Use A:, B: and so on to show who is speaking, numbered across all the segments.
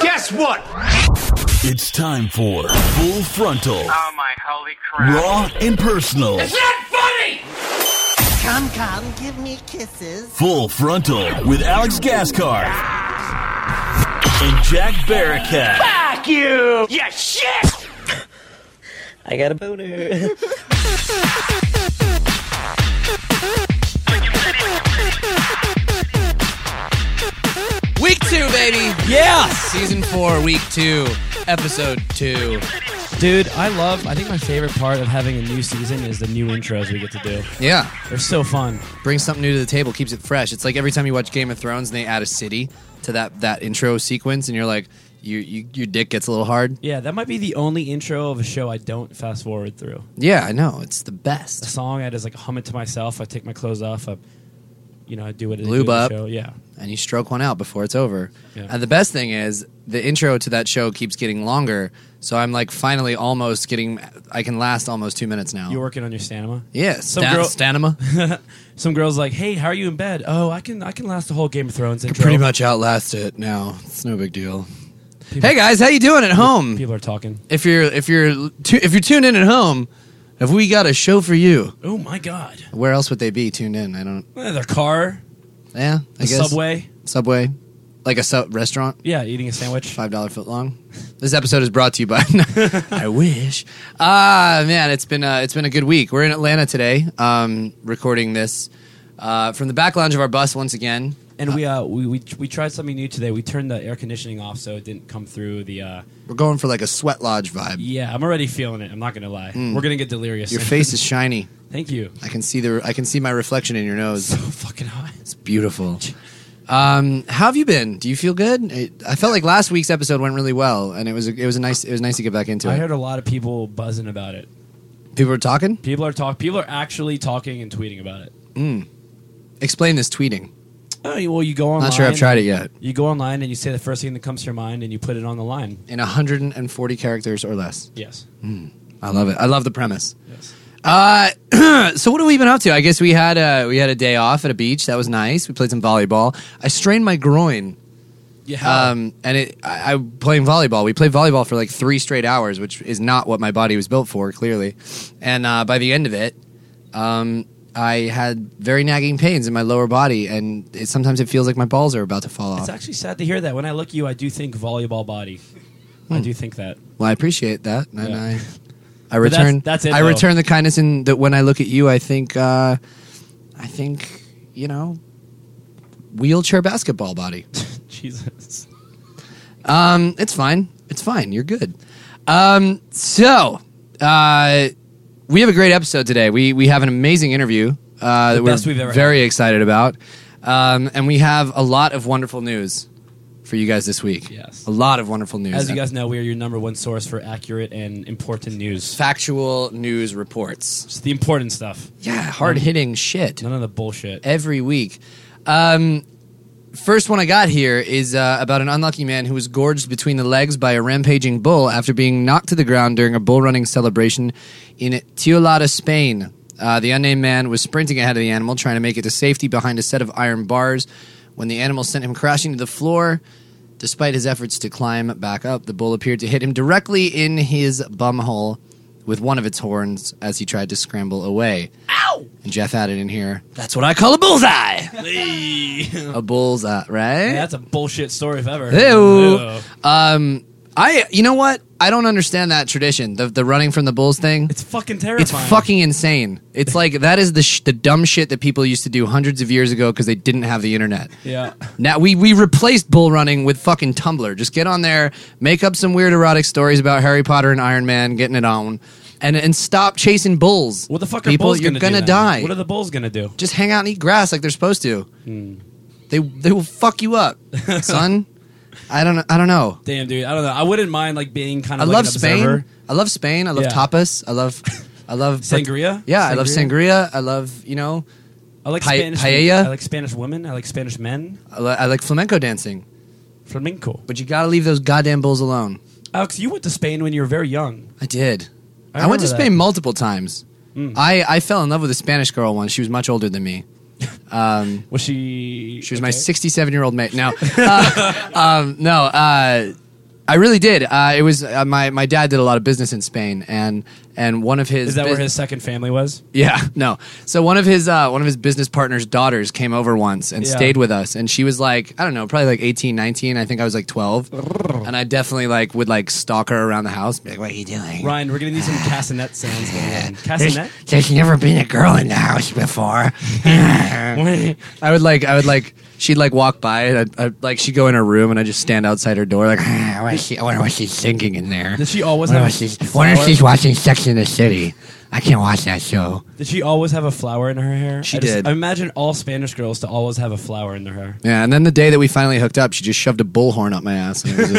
A: guess what?
B: It's time for Full Frontal.
C: Oh my holy crap.
B: Raw and personal.
A: It's not funny!
D: Come, come, give me kisses.
B: Full Frontal with Alex Gascar and Jack Barricat.
A: Fuck you! Yeah, shit!
D: I got a boner.
E: Week two, baby. Yeah. Season four, week two, episode two.
F: Dude, I love. I think my favorite part of having a new season is the new intros we get to do.
E: Yeah.
F: They're so fun.
E: Brings something new to the table, keeps it fresh. It's like every time you watch Game of Thrones and they add a city to that that intro sequence, and you're like, you, you your dick gets a little hard.
F: Yeah, that might be the only intro of a show I don't fast forward through.
E: Yeah, I know. It's the
F: A
E: best.
F: song I just like hum it to myself. I take my clothes off. I, you know, I do what it is.
E: Lube up.
F: Show. Yeah.
E: And you stroke one out before it's over.
F: Yeah.
E: And the best thing is the intro to that show keeps getting longer. So I'm like finally almost getting. I can last almost two minutes now.
F: You're working on your stamina.
E: yeah,
F: Some
E: stan-
F: girl-
E: Stanima
F: Some girls like, hey, how are you in bed? Oh, I can I can last the whole Game of Thrones intro.
E: pretty much outlast it now. It's no big deal. hey guys, how you doing at home?
F: People are talking.
E: if you're if you're tu- if you're tuned in at home, have we got a show for you?
F: Oh my god.
E: Where else would they be tuned in? I don't.
F: Eh, Their car,
E: Yeah, I
F: the
E: guess
F: subway.
E: subway, like a sub restaurant,
F: Yeah, eating a sandwich.
E: five dollar foot long. This episode is brought to you by. I wish. Ah man, it's been uh, it's been a good week. We're in Atlanta today, um, recording this uh, from the back lounge of our bus once again.
F: And we uh we, we we tried something new today. We turned the air conditioning off so it didn't come through the uh
E: We're going for like a sweat lodge vibe.
F: Yeah, I'm already feeling it. I'm not gonna lie. We're gonna get delirious.
E: Hmm. Your
F: soon.
E: face is shiny.
F: Thank you.
E: I can see the I can see my reflection in your nose.
F: So fucking hot.
E: It's beautiful. Um, how have you been? Do you feel good? It, I felt like last week's episode went really well, and it was it was a nice it was nice to get back into
F: I
E: it.
F: heard a lot of people buzzing about it.
E: People were talking.
F: People are talk. People are actually talking and tweeting about it.
E: Explain this tweeting.
F: Oh, well, you go online.
E: Not sure I've tried it yet.
F: You go online and you say the first thing that comes to your mind and you put it on the line.
E: In 140 characters or less.
F: Yes.
E: I love it. I love the premise.
F: Yes.
E: Uh, so what have we been up to? I guess we had a we had a day off at a beach. That was nice. We played some volleyball. I strained my groin.
F: Yeah.
E: Um, and it, I, I playing volleyball. We played volleyball for like three straight hours, which is not what my body was built for, clearly. And uh, by the end of it, um, I had very nagging pains in my lower body, and it, sometimes it feels like my balls are about to fall off.
F: it's actually sad to hear that. When I look at you, I do think volleyball body.
E: Hmm.
F: I do think that.
E: well, I appreciate that, and
F: Yeah.
E: I, I
F: But that's-
E: return.
F: that's it,
E: I
F: though.
E: return the kindness in that when I look at you, I think, uh, I think, you know, wheelchair basketball body.
F: Jesus.
E: Um, it's fine. It's fine. You're good. Um, so uh, we have a great episode today. We we have an amazing interview uh, that
F: best
E: we're
F: we've ever
E: very excited about, um, and we have a lot of wonderful news for you guys this week.
F: Yes.
E: a lot of wonderful news. Uh,
F: As you guys know, we are your number one source for accurate and important news.
E: factual news reports.
F: It's the important stuff.
E: Yeah, hard hitting shit.
F: None of the bullshit.
E: every week. Um, first one I got here is uh, about an unlucky man who was gorged between the legs by a rampaging bull after being knocked to the ground during a bull running celebration in Tiolada, Spain. Uh, the unnamed man was sprinting ahead of the animal, trying to make it to safety behind a set of iron bars when the animal sent him crashing to the floor. Despite his efforts to climb back up, the bull appeared to hit him directly in his bumhole with one of its horns as he tried to scramble away. And Jeff added in here, that's what I call a bullseye. a bullseye, right?
F: Yeah, that's a bullshit story if ever.
E: Ew.
F: Ew.
E: Um, I, you know what? I don't understand that tradition, the, the running from the bulls thing.
F: It's fucking
E: It's
F: terrifying.
E: fucking insane. It's like that is the sh- the dumb shit that people used to do hundreds of years ago because they didn't have the internet.
F: Yeah.
E: Now we we replaced bull running with fucking Tumblr. Just get on there, make up some weird erotic stories about Harry Potter and Iron Man, getting it on, and and stop chasing bulls.
F: What the fuck are
E: people?
F: bulls
E: you're
F: gonna,
E: gonna
F: do then?
E: die.
F: What are the Hmm. bulls gonna do?
E: just hang out and eat grass like they're supposed to. They they will fuck you up, son. I don't I don't know.
F: Damn, dude. I don't know. I wouldn't mind like being kind
E: I
F: of. like
E: love
F: an
E: Spain.
F: observer.
E: I love Spain. I love
F: Yeah.
E: tapas. I love I love
F: Sangria?
E: Yeah, I love
F: Sangria?
E: sangria. I love you know
F: I like
E: Pa-
F: Spanish.
E: paella?
F: I like Spanish women. I like Spanish men.
E: I, li- I like flamenco dancing.
F: Flamenco.
E: But you gotta leave those goddamn bulls alone.
F: Alex, you went to Spain when you were very young.
E: I did.
F: I
E: I, went
F: remember
E: to
F: that. Hmm.
E: Spain multiple times. I, I fell in love with a Spanish girl once. She was much older than me.
F: Was she?
E: She was my
F: okay.
E: 67 year old mate. No, uh, um, no. Uh, I really did. Uh, it was uh, my my dad did a lot of business in Spain, and and one of his
F: Is that where
E: bus-
F: his second family was?
E: yeah no. So one of his uh, one of his business partner's daughters came over once and
F: Yeah.
E: stayed with us, and she was like I don't know, probably like 18, 19. I think I was like twelve, and I definitely like would like stalk her around the house, be like, "What are you doing?"
F: Ryan, we're gonna need some castanet sounds. going on.
E: There's,
F: Castanet.
E: there's never been a girl in the house before. I would like, I would like, she'd like walk by, and I'd, I'd like, she'd go in her room, and I would just stand outside her door, like, "Ah, I wonder, she, I wonder what she's thinking in there.
F: Did she always
E: wonder
F: have
E: what
F: a
E: she's, wonder if
F: flower?
E: she's watching Sex in the City. I can't watch that show.
F: Did she always have a flower in her hair?
E: She
F: I just-
E: did.
F: I imagine all Spanish girls to always have a flower in their hair.
E: Yeah, and then the day that we finally hooked up, she just shoved a bullhorn up my ass. And it, was a,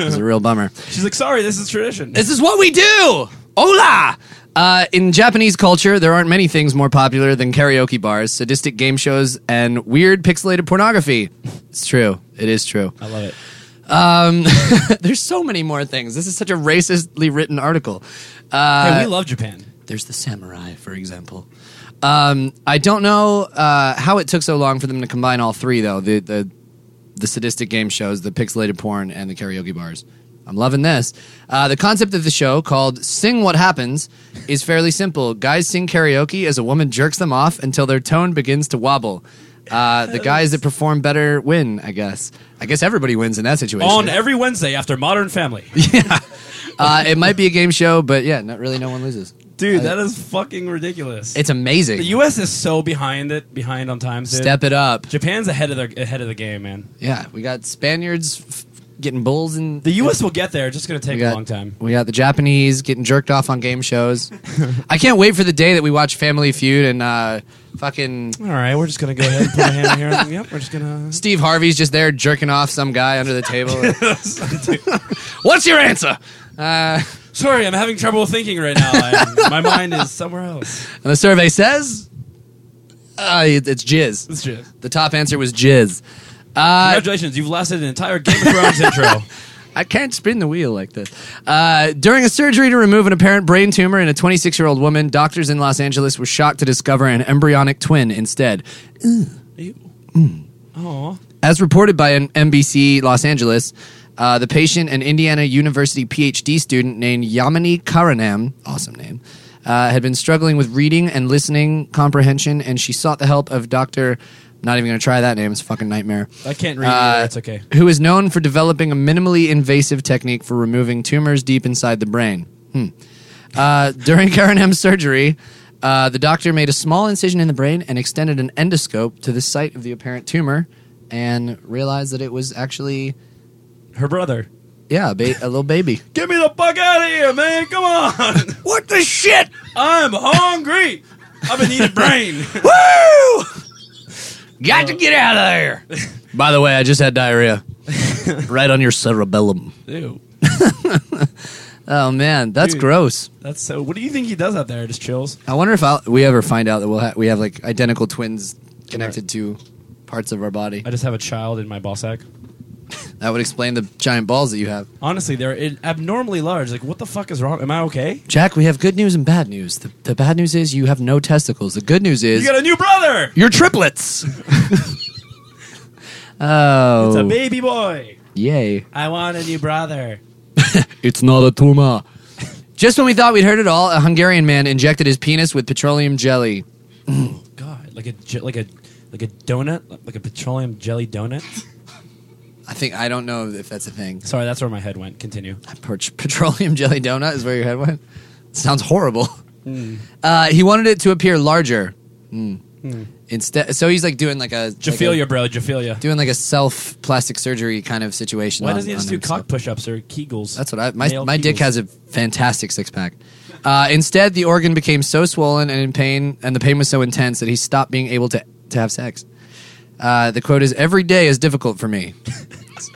E: it was a real bummer.
F: She's like, sorry, this is tradition.
E: This is what we do. Hola. Uh, in Japanese culture, there aren't many things more popular than karaoke bars, sadistic game shows, and weird pixelated pornography. It's true. It is true.
F: I love it.
E: There's so many more things. This is such a racistly written article.
F: Hey, we love Japan.
E: There's the samurai, for example. Um, I don't know uh, how it took so long for them to combine all three, though the the the sadistic game shows, the pixelated porn, and the karaoke bars. I'm loving this. Uh, the concept of the show, called "Sing What Happens," is fairly simple. Guys sing karaoke as a woman jerks them off until their tone begins to wobble. Uh, the guys that perform better win, I guess. I guess everybody wins in that situation.
F: On every Wednesday after Modern Family.
E: uh, it might be a game show, but yeah, not really. No one loses.
F: Dude, that is fucking ridiculous.
E: It's amazing.
F: the U.S. is so behind it, behind on time. Dude.
E: Step it up.
F: Japan's ahead of their ahead of the game, man.
E: Yeah, we got Spaniards f- getting bulls and
F: The U.S. will get there. It's just gonna take
E: we
F: a
E: got,
F: long time.
E: We got the Japanese getting jerked off on game shows. I can't wait for the day that we watch Family Feud and uh, fucking
F: All right, we're just gonna go ahead and put a hand in here. and- Yep, we're just gonna.
E: Steve Harvey's just there jerking off some guy under the table. What's your answer?
F: Sorry, I'm having trouble thinking right now. I, my mind is somewhere else.
E: And the survey says uh, it- it's jizz.
F: It's just.
E: The top answer was jizz.
F: Congratulations, you've lasted an entire Game of Thrones intro.
E: I can't spin the wheel like this. Uh, during a surgery to remove an apparent brain tumor in a 26 year old woman, doctors in Los Angeles were shocked to discover an embryonic twin instead.
F: Oh,
E: As reported by an NBC Los Angeles, uh, the patient, an Indiana University PhD student named Yamini Karanam, awesome name, uh, had been struggling with reading and listening comprehension, and she sought the help of Dr. Not even going to try that name. It's a fucking nightmare.
F: I can't read.
E: Uh,
F: That's okay.
E: Who is known for developing a minimally invasive technique for removing tumors deep inside the brain. Hmm. Uh, during Karen M's surgery, uh, the doctor made a small incision in the brain and extended an endoscope to the site of the apparent tumor and realized that it was actually,
F: Her brother.
E: yeah, a, ba- a little baby.
F: Get me the fuck out of here, man! Come on.
E: What the shit?
F: I'm hungry. I've been eating brain.
E: Woo! Got to get out of there. By the way, I just had diarrhea. right on your cerebellum.
F: Ew,
E: Oh, man, that's
F: Dude.
E: gross.
F: that's so. What do you think he does out there? Just chills.
E: I wonder if I'll, we ever find out that we'll ha- we have like identical twins connected to parts of our body.
F: I just have a child in my ball sack.
E: That would explain the giant balls that you have.
F: Honestly, they're in- abnormally large. Like, what the fuck is wrong? Am I okay?
E: Jack, we have good news and bad news. The, the bad news is you have no testicles. The good news
F: You
E: is
F: got a new brother.
E: you're triplets.
F: It's a
E: oh,
F: baby boy.
E: yay.
F: I want a new brother.
E: It's not a tumor. Just when we thought we'd heard it all, a Hungarian man injected his penis with petroleum jelly.
F: God, like a je- like a like a donut, like a petroleum jelly donut.
E: I think, I don't know if that's a thing.
F: Sorry, that's where my head went. Continue.
E: Pet- petroleum jelly donut is where your head went. Sounds horrible.
F: Hmm.
E: Uh, he wanted it to appear larger. Mm.
F: Hmm.
E: Instead, so he's like doing like a like a-
F: Jophelia, bro. Jophelia.
E: doing like a self plastic surgery kind of situation.
F: Why
E: on-
F: doesn't he
E: on
F: just do
E: himself.
F: cock push-ups or Kegels?
E: That's what I my
F: Male
E: my dick
F: Kegels.
E: has a fantastic six pack. Uh, instead, the organ became so swollen and in pain, and the pain was so intense that he stopped being able to to have sex. Uh, the quote is: "Every day is difficult for me."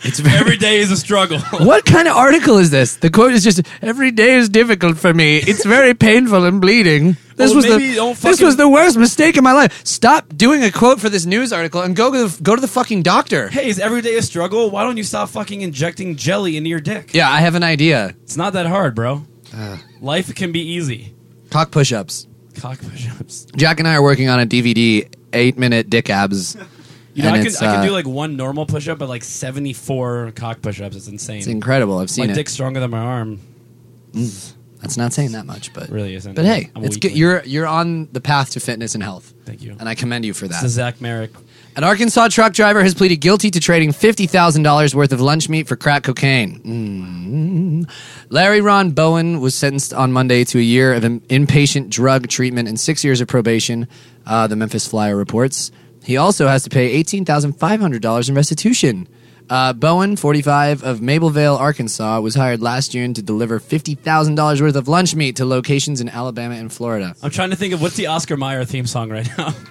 E: It's very
F: Every day is a struggle.
E: What kind of article is this? The quote is just every day is difficult for me. It's very painful and bleeding. This
F: Oh,
E: was
F: maybe
E: the
F: don't
E: this
F: fucking-
E: was the worst mistake in my life. Stop doing a quote for this news article and go to the, go to the fucking doctor.
F: hey, is every day a struggle? Why don't you stop fucking injecting jelly into your dick?
E: Yeah, I have an idea.
F: It's not that hard, bro.
E: Ah.
F: Life can be easy.
E: Cock push-ups.
F: Cock push-ups.
E: Jack and I are working on a DVD, eight minute dick abs.
F: You know,
E: and
F: I can,
E: it's,
F: I
E: uh,
F: can do like one normal push up, but like 74 cock push ups. It's insane.
E: it's incredible. I've
F: My
E: seen it.
F: dick's stronger than my arm.
E: That's not saying that much, but
F: Really isn't.
E: But hey,
F: I'm a
E: it's good.
F: weakling.
E: You're you're on the path to fitness and health.
F: Thank you.
E: and I commend you for
F: It's
E: that.
F: the Zach Merrick.
E: An Arkansas truck driver has pleaded guilty to trading $50,000 worth of lunch meat for crack cocaine. Mm. Larry Ron Bowen was sentenced on Monday to a year of in- inpatient drug treatment and six years of probation, uh, the Memphis Flyer reports. He also has to pay $18,500 in restitution. Uh, Bowen, 45, of Mablevale, Arkansas, was hired last June to deliver $50,000 worth of lunch meat to locations in Alabama and Florida.
F: I'm trying to think of what's the Oscar Mayer theme song right now.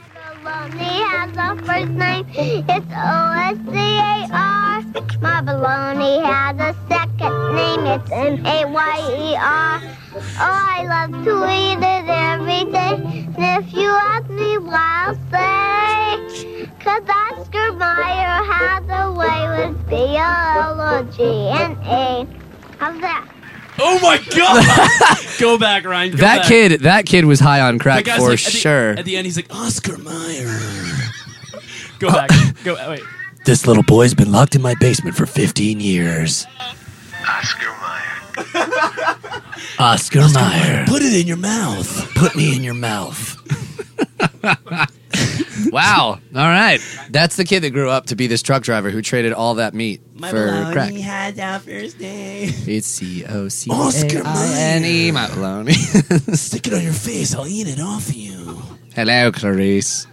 C: Baloney has a first name. It's O S C A R. My baloney has a second name. It's M A Y E R. Oh, I love to eat it every day. And if you ask me why, I'll say, 'Cause Oscar Mayer has a way with B L O G N A. How's that?
F: oh my God! go back, Ryan. Go
E: That
F: back.
E: kid, that kid was high on
F: That
E: crack
F: guy's
E: for
F: like, at the-
E: sure.
F: At the end, he's like, Oscar Mayer. go back. Go Wait.
E: This little boy's been locked in my basement for 15 years. Oscar Meyer. Oscar, Meyer.
F: Put it in your mouth.
E: Put me in your mouth. wow. All right. That's the kid that grew up to be this truck driver who traded all that meat for crack.
F: had our first day.
E: It's C O C
F: Oscar
E: A I N E Maloney.
F: Stick it on your face. I'll eat it off you.
E: Hello, Clarice.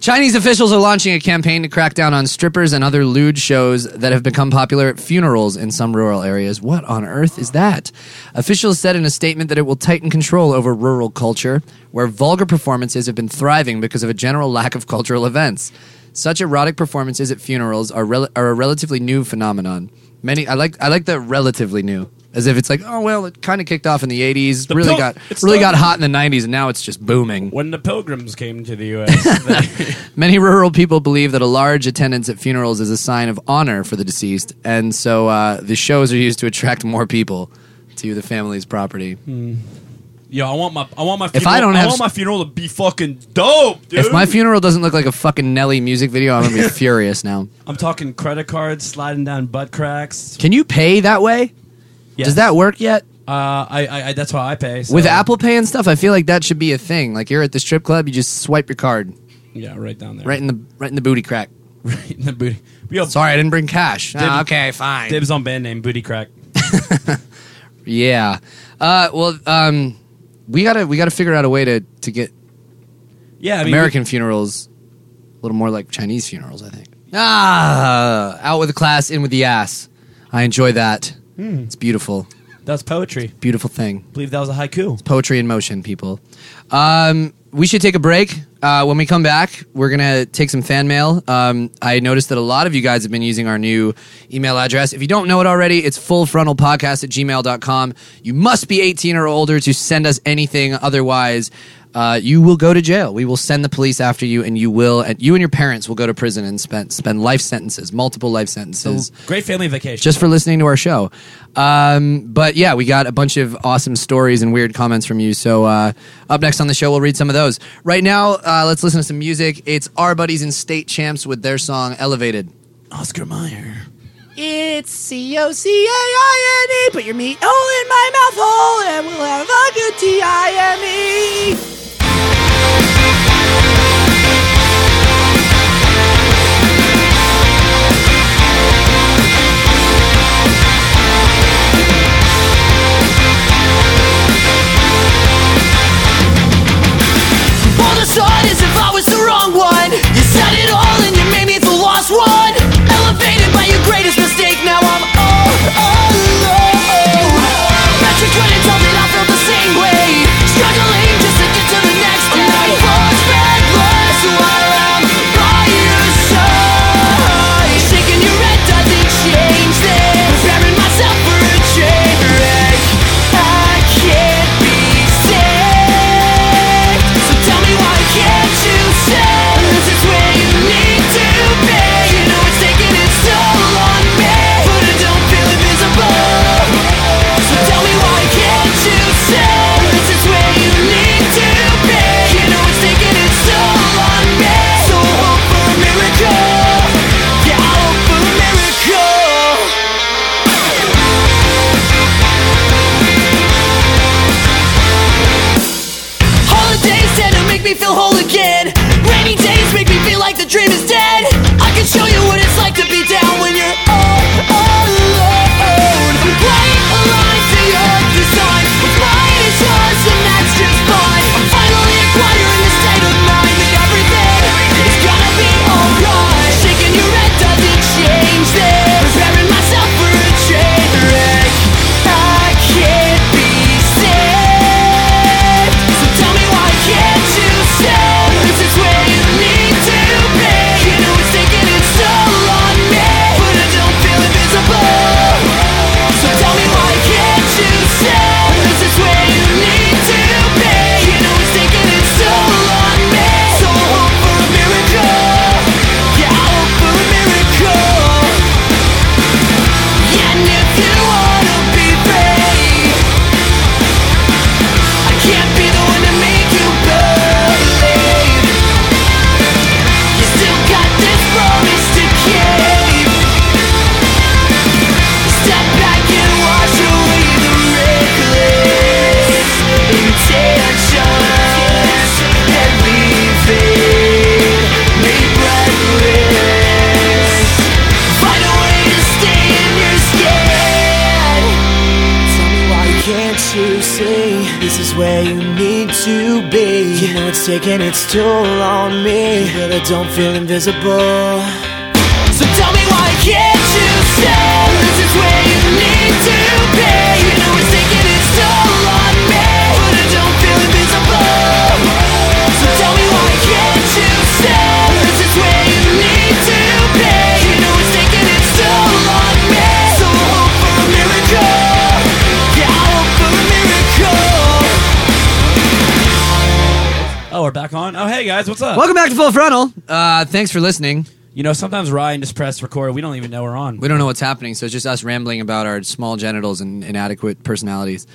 E: Chinese officials are launching a campaign to crack down on strippers and other lewd shows that have become popular at funerals in some rural areas. What on earth is that? Officials said in a statement that it will tighten control over rural culture, where vulgar performances have been thriving because of a general lack of cultural events. Such erotic performances at funerals are, rel- are a relatively new phenomenon. Many, I like, I like the relatively new, as if it's like, oh well, it kind of kicked off in the '80s, really
F: pil-
E: got,
F: it's
E: really
F: still-
E: got hot in the '90s, and now it's just booming.
F: When the pilgrims came to the U.S., they-
E: Many rural people believe that a large attendance at funerals is a sign of honor for the deceased, and so uh, the shows are used to attract more people to the family's property.
F: yo, I want my, I want my. Funeral,
E: If I don't have
F: want
E: s-
F: my funeral to be fucking dope, dude.
E: If my funeral doesn't look like a fucking Nelly music video, I'm gonna be furious now.
F: I'm talking credit cards sliding down butt cracks.
E: Can you pay that way?
F: Yes.
E: Does that work yet?
F: Uh, I, I, I that's how I pay. so-
E: With Apple Pay and stuff, I feel like that should be a thing. Like you're at the strip club, you just swipe your card
F: Yeah, right down there.
E: right in the right in the booty crack.
F: right in the booty. Yo,
E: Sorry, I didn't bring cash. Ah,
F: Dib-
E: okay, fine.
F: Dibs on band name booty crack.
E: Yeah. Uh, well, um, we gotta we gotta figure out a way to to get
F: Yeah, I mean,
E: American funerals, a little more like Chinese funerals, I think. Ah, out with the class, in with the ass. I enjoy that.
F: Hmm.
E: It's beautiful,
F: that's poetry.
E: beautiful thing.
F: believe that was a haiku.
E: Poetry in motion, people. Um, we should take a break. Uh, when we come back, we're gonna take some fan mail. Um, I noticed that a lot of you guys have been using our new email address. If you don't know it already, it's fullfrontalpodcast at gmail.com. You must be 18 or older to send us anything. Otherwise, uh, you will go to jail. We will send the police after you, and you will, and you and your parents will go to prison and spend spend life sentences, multiple life sentences
F: Great family vacation.
E: just for listening to our show. Um, but yeah, we got a bunch of awesome stories and weird comments from you. So uh, up next on the show, we'll read some of those. Right now, uh, let's listen to some music. It's our buddies in State Champs with their song "Elevated."
F: Oscar Mayer.
E: It's C O C A I N E. Put your meat all in my mouth hole, and we'll have a good T I M E.
G: All the thought is if I was the wrong one. You said it all and you made me the lost one. Elevated by your greatest mistake, now I'm all alone. Bet you couldn't tell that I felt the same way. Struggling just to get to where you need to be. You know it's taking its toll on me. But I don't feel invisible. So tell me why can't you say this is where you need to be? You know it's taking its toll on me. But I don't feel invisible. So tell me why can't you say this is where you need to be? You know it's taking its toll on me. So I hope for a miracle. Yeah, I hope for a miracle.
F: Oh, we're back on. Oh, hey guys, what's up?
E: Welcome back to Full Frontal. Uh, thanks for listening.
F: You know, sometimes Ryan just press record. We don't even know we're on.
E: We don't know what's happening, so it's just us rambling about our small genitals and inadequate personalities.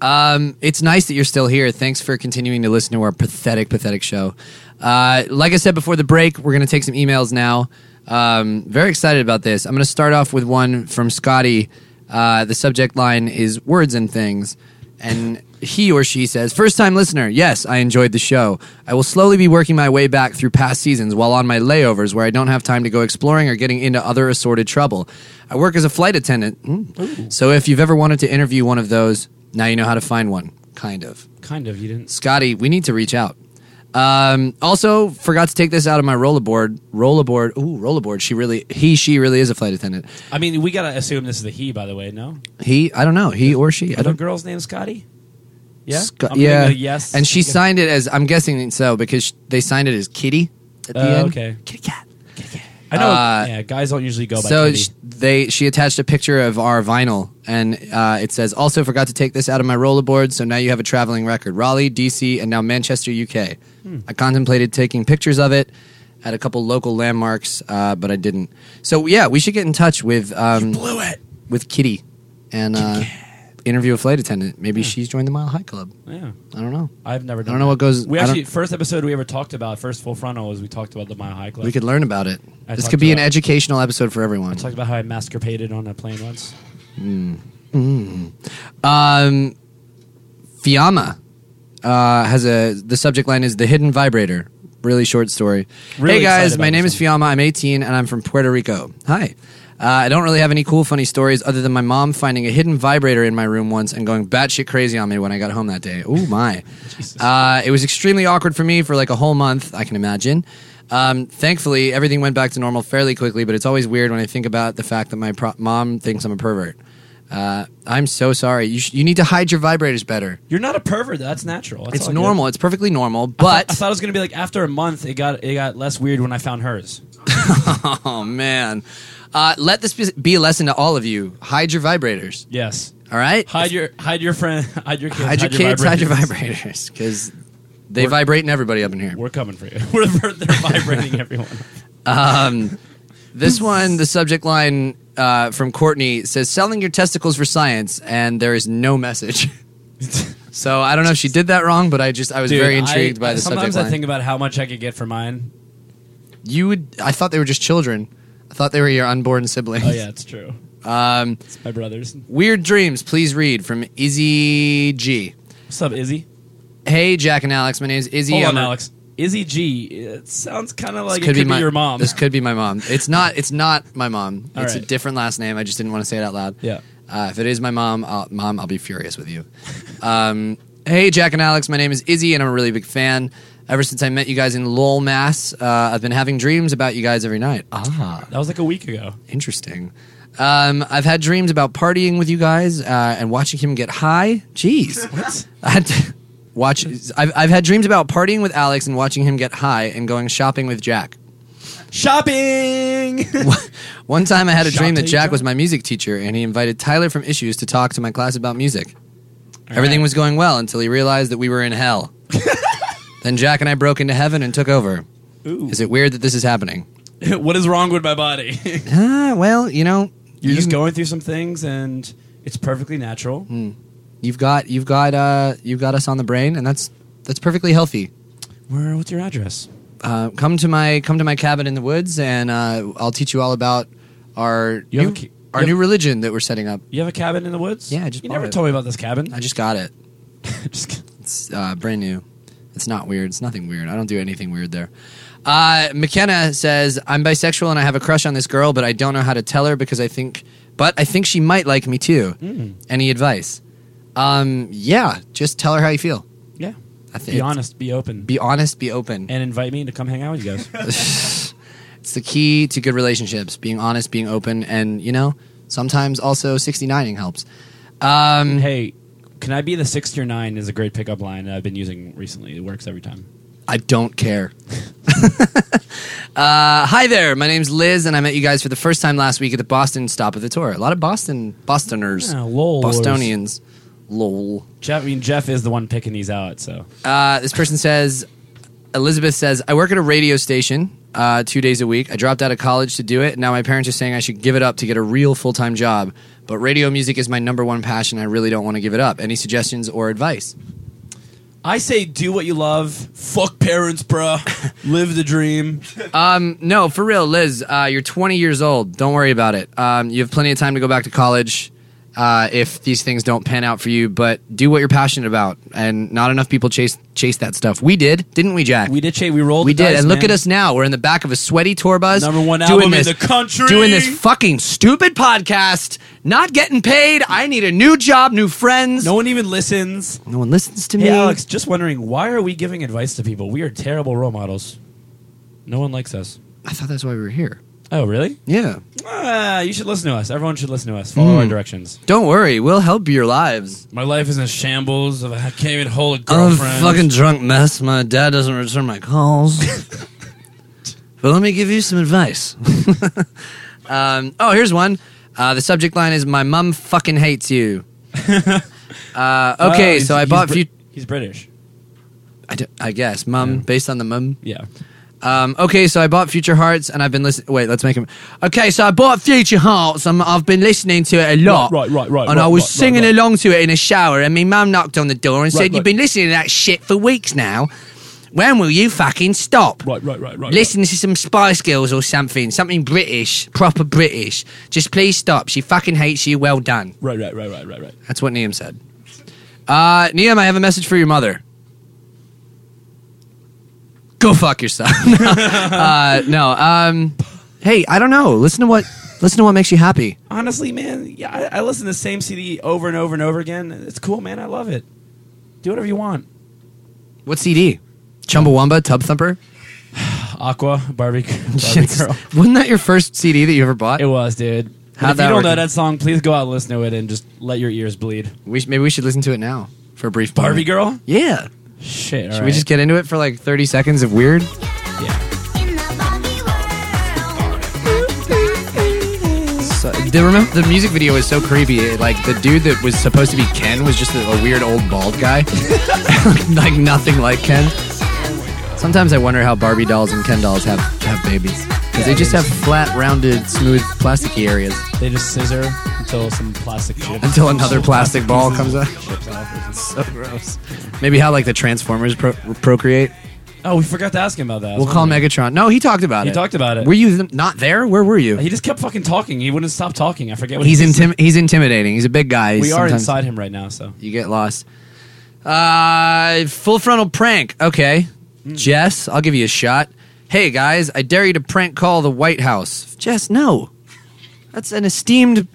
E: Um, it's nice that you're still here. Thanks for continuing to listen to our pathetic, pathetic show. Uh, like I said before the break, we're going to take some emails now. Um, very excited about this. I'm going to start off with one from Scotty. Uh, the subject line is words and things. And he or she says, First time listener, yes, I enjoyed the show. I will slowly be working my way back through past seasons while on my layovers where I don't have time to go exploring or getting into other assorted trouble. I work as a flight attendant. Mm. So if you've ever wanted to interview one of those, now you know how to find one, kind of.
F: Kind of. You didn't.
E: Scotty, we need to reach out. Um, also, forgot to take this out of my rollerboard. Rollerboard. Ooh, rollerboard. She really, he, she really is a flight attendant.
F: I mean, we gotta assume this is a he, by the way. No.
E: He, I don't know, he or she. I
F: Other
E: don't.
F: girl's name Scotty. Yeah.
E: Sco-
F: I'm gonna
E: yeah.
F: go Yes.
E: And she
F: Yeah.
E: signed it as I'm guessing so because sh- they signed it as Kitty at the
F: Oh,
E: end.
F: okay.
E: Kitty cat.
F: I know.
E: uh,
F: yeah, guys don't usually go by.
E: So
F: Kitty.
E: sh- they she attached a picture of our vinyl and uh, it says also forgot to take this out of my rollerboard so now you have a traveling record Raleigh DC and now Manchester UK.
F: Hmm.
E: I contemplated taking pictures of it at a couple local landmarks uh, but I didn't. So yeah, we should get in touch with um,
F: blew it.
E: with Kitty and uh, interview a flight attendant. Maybe she's joined the Mile High Club.
F: Hmm. Yeah.
E: I don't know.
F: I've never. Done
E: don't know
F: that.
E: what goes-
F: We
E: I don't-
F: actually first episode we ever talked about first full frontal was we talked about the Mile High Club.
E: We could learn about it.
F: I
E: this
F: talked
E: could be an
F: about-
E: educational episode for everyone.
F: talked about how I masturbated on a plane once.
E: Um, Fiamma uh, has a. The subject line is the hidden vibrator. Really short story.
F: Really
E: hey guys,
F: excited
E: my
F: about
E: name
F: this
E: is
F: one.
E: Fiamma. I'm 18 and I'm from Puerto Rico. Hi. Uh, I don't really have any cool, funny stories other than my mom finding a hidden vibrator in my room once and going batshit crazy on me when I got home that day. Ooh, my. uh, it was extremely awkward for me for like a whole month, I can imagine. Um, thankfully, everything went back to normal fairly quickly, but it's always weird when I think about the fact that my pro- mom thinks I'm a pervert. Uh, I'm so sorry. You, sh- you need to hide your vibrators better.
F: You're not a pervert. That's natural. That's
E: It's
F: all good.
E: normal. It's perfectly normal.
F: I
E: But
F: thought it was gonna be like after a month, it got it got less weird when I found hers.
E: oh man, uh, let this be- be a lesson to all of you. Hide your vibrators.
F: Yes,
E: All right.
F: hide your hide your friend, hide your kids,
E: Hide your kids. Hide your
F: vibrators.
E: vibrators because they vibrate in everybody up in here.
F: We're coming for you. We're they're vibrating everyone.
E: This one, the subject line uh, from Courtney says, "Selling your testicles for science," and there is no message. so I don't know if she did that wrong, but I just I was very intrigued
F: I-
E: by the subject
F: Sometimes
E: line.
F: I think about how much I could get for mine.
E: you would. I thought they were just children. I thought they were your unborn siblings.
F: Oh yeah, it's true.
E: Um,
F: It's my brother's.
E: Weird Dreams, please read from Izzy G.
F: What's up, Izzy?
E: Hey, Jack and Alex, my name is Izzy.
F: Hold on,
E: I'm a-
F: Alex. Izzy G. It sounds kind of
E: This
F: like it could be,
E: my,
F: your mom.
E: This could be my mom. It's not. It's not my mom.
F: All
E: it's a
F: right.
E: different last name. I just didn't want to say it out loud.
F: Yeah.
E: Uh, if it is my mom, I'll, mom, I'll be furious with you. Um, hey, Jack and Alex, my name is Izzy, and I'm a really big fan. Ever since I met you guys in Lowell, Mass, uh, I've been having dreams about you guys every night. Ah,
F: that was like a week ago.
E: Interesting. Um, I've had dreams about partying with you guys uh, and watching him get high. Jeez.
F: What?
E: I had to watch. I've, I've had dreams about partying with Alex and watching him get high and going shopping with Jack.
F: Shopping.
E: One time I had a
F: Shopping,
E: dream that Jack
F: Jack?
E: was my music teacher and he invited Tyler from Issues to talk to my class about music. Everything
F: right.
E: was going well until he realized that we were in hell. then Jack and I broke into heaven and took over.
F: Ooh.
E: Is it weird that this is happening?
F: what is wrong with my body?
E: Ah, well, you know,
F: You're just
E: you-
F: going through some things, and it's perfectly natural.
E: Mm. You've got you've got uh you've got us on the brain, and that's that's perfectly healthy.
F: Where? What's your address?
E: Uh, come to my come to my cabin in the woods, and uh, I'll teach you all about our
F: You
E: new,
F: have a ca-
E: our
F: you
E: new
F: have-
E: religion that we're setting up.
F: You have a cabin in the woods?
E: Yeah, I just
F: you
E: bought
F: never
E: it.
F: told me about this cabin.
E: I just got it.
F: Just kidding.
E: It's uh, brand new. It's not weird. It's nothing weird. I don't do anything weird there. Uh, McKenna says I'm bisexual and I have a crush on this girl, but I
F: Hmm.
E: don't know how to tell her because I think, but I think she might like me too. Any advice? Um, yeah, just tell her how you feel.
F: Yeah.
E: I think
F: Be honest. Be open.
E: Be honest. Be open.
F: and invite me to come hang out with you
E: Mm-hmm.
F: guys.
E: It's the key to good relationships: being honest, being open, and you know, sometimes also 69ing helps. Um,
F: hey, can I be the six or nine? Is a great pickup line that I've been using recently. It works every time.
E: I don't care. uh, hi there, my name's Liz, and I met you guys for the first time last week at the Boston stop of the tour. A lot of Boston Bostoners,
F: Yeah, lolers.
E: Bostonians, lol.
F: Jeff, I mean Jeff is the one picking these out. So
E: Uh, this person says, Elizabeth says, I work at a radio station uh, two days a week. I dropped out of college to do it. And now my parents are saying I should give it up to get a real full time job. But radio music is my number one passion. I really don't want to give it up. Any suggestions or advice?
F: I say do what you love. Fuck parents, bruh. Live the dream.
E: No, for real, Liz. Uh, you're 20 years old. Don't worry about it. Um, you have plenty of time to go back to college uh, if these things don't pan out for you. But do what you're passionate about, and not enough people chase chase that stuff. We did, didn't we, Jack?
F: We did. Che- we rolled.
E: We
F: the
E: did,
F: dice,
E: and look
F: man.
E: at us now. We're in the back of a sweaty tour bus,
F: Number one
E: doing
F: album in
E: this-
F: the country.
E: doing this fucking stupid podcast, not getting paid. I need a new job, new friends.
F: No one even listens.
E: no one listens to me.
F: Hey, Alex, just wondering, why are we giving advice to people? We are terrible role models. No one likes us.
E: I thought that's why we were here.
F: Oh, really?
E: Yeah,
F: Ah, you should listen to us. Everyone should listen to us.
E: Hmm.
F: Follow our directions.
E: don't worry, we'll help your lives.
F: My life is in shambles. I can't even hold a
E: I'm a
F: girlfriend.
E: fucking drunk mess. My dad doesn't return my calls. but let me give you some advice. um, oh, here's one. Uh, the subject line is "My mum fucking hates you." uh, okay, so I bought. few,
F: Ah, He's British.
E: I, d- I guess mum based on the mum.
F: Yeah.
E: Um, okay, so I bought Future Hearts, and I've been listening. Wait, let's make him. Okay, so I bought Future Hearts, and I've been listening to it a lot.
F: Right, right, right,
E: And I
F: right,
E: was
F: right,
E: singing
F: right, right.
E: along to it in a shower, and my mum knocked on the door and said,
F: Right,
E: "You've
F: right.
E: been listening to that shit for weeks now. When will you fucking stop?
F: Right, right, right, right.
E: Listen to some Spice Girls or something, something British, proper British. Just please stop. She fucking hates you. Well done.
F: Right, right, right, right, right, right.
E: That's what Niamh said. Uh, Niamh, I have a message for your mother. Go fuck yourself. uh, no. Um, hey, I don't know. Listen to what listen to what makes you happy.
F: Honestly, man, yeah, I, I listen to the same CD over and over and over again. It's cool, man. I love it. Do whatever you want.
E: What CD? Chumbawamba, Tub Thumper.
F: Aqua, Barbie, Barbie
E: Yes.
F: Girl.
E: Wasn't that your first CD that you ever bought?
F: It was, dude.
E: How'd
F: if
E: that
F: you don't
E: work
F: know
E: out?
F: that song, please go out and listen to it and just let your ears bleed.
E: We sh- maybe we should listen to it now for a brief.
F: Barbie
E: moment.
F: Girl?
E: Yeah.
F: Mm. Shit.
E: Should we just get into it for like thirty seconds of weird?
C: In the Barbie world.
E: So, the, remember, the music video was so creepy. It, like the dude that was supposed to be Ken was just a, a weird old bald guy, like nothing like Ken. Sometimes I wonder how Barbie dolls and Ken dolls have have babies because they just have flat, rounded, smooth, plasticky areas
F: They just scissor until some plastic chip.
E: until another plastic ball comes out.
F: chips off. It's-
E: So gross. Maybe how like the Transformers pro- procreate.
F: Oh, we forgot to ask him about that.
E: We'll call Megatron. No, he talked about
F: He
E: it.
F: talked about it.
E: Were you th- not there? Where were you?
F: He just kept fucking talking. He wouldn't stop talking. I forget what
E: He's
F: he said.
E: intim- he's intimidating. He's a big guy.
F: We are
E: Sometimes-
F: inside him right now, so
E: You get lost. Uh, full frontal prank. Okay. Jess, I'll give you a shot. Hey, guys, I dare you to prank call the White House. Jess, no. That's an esteemed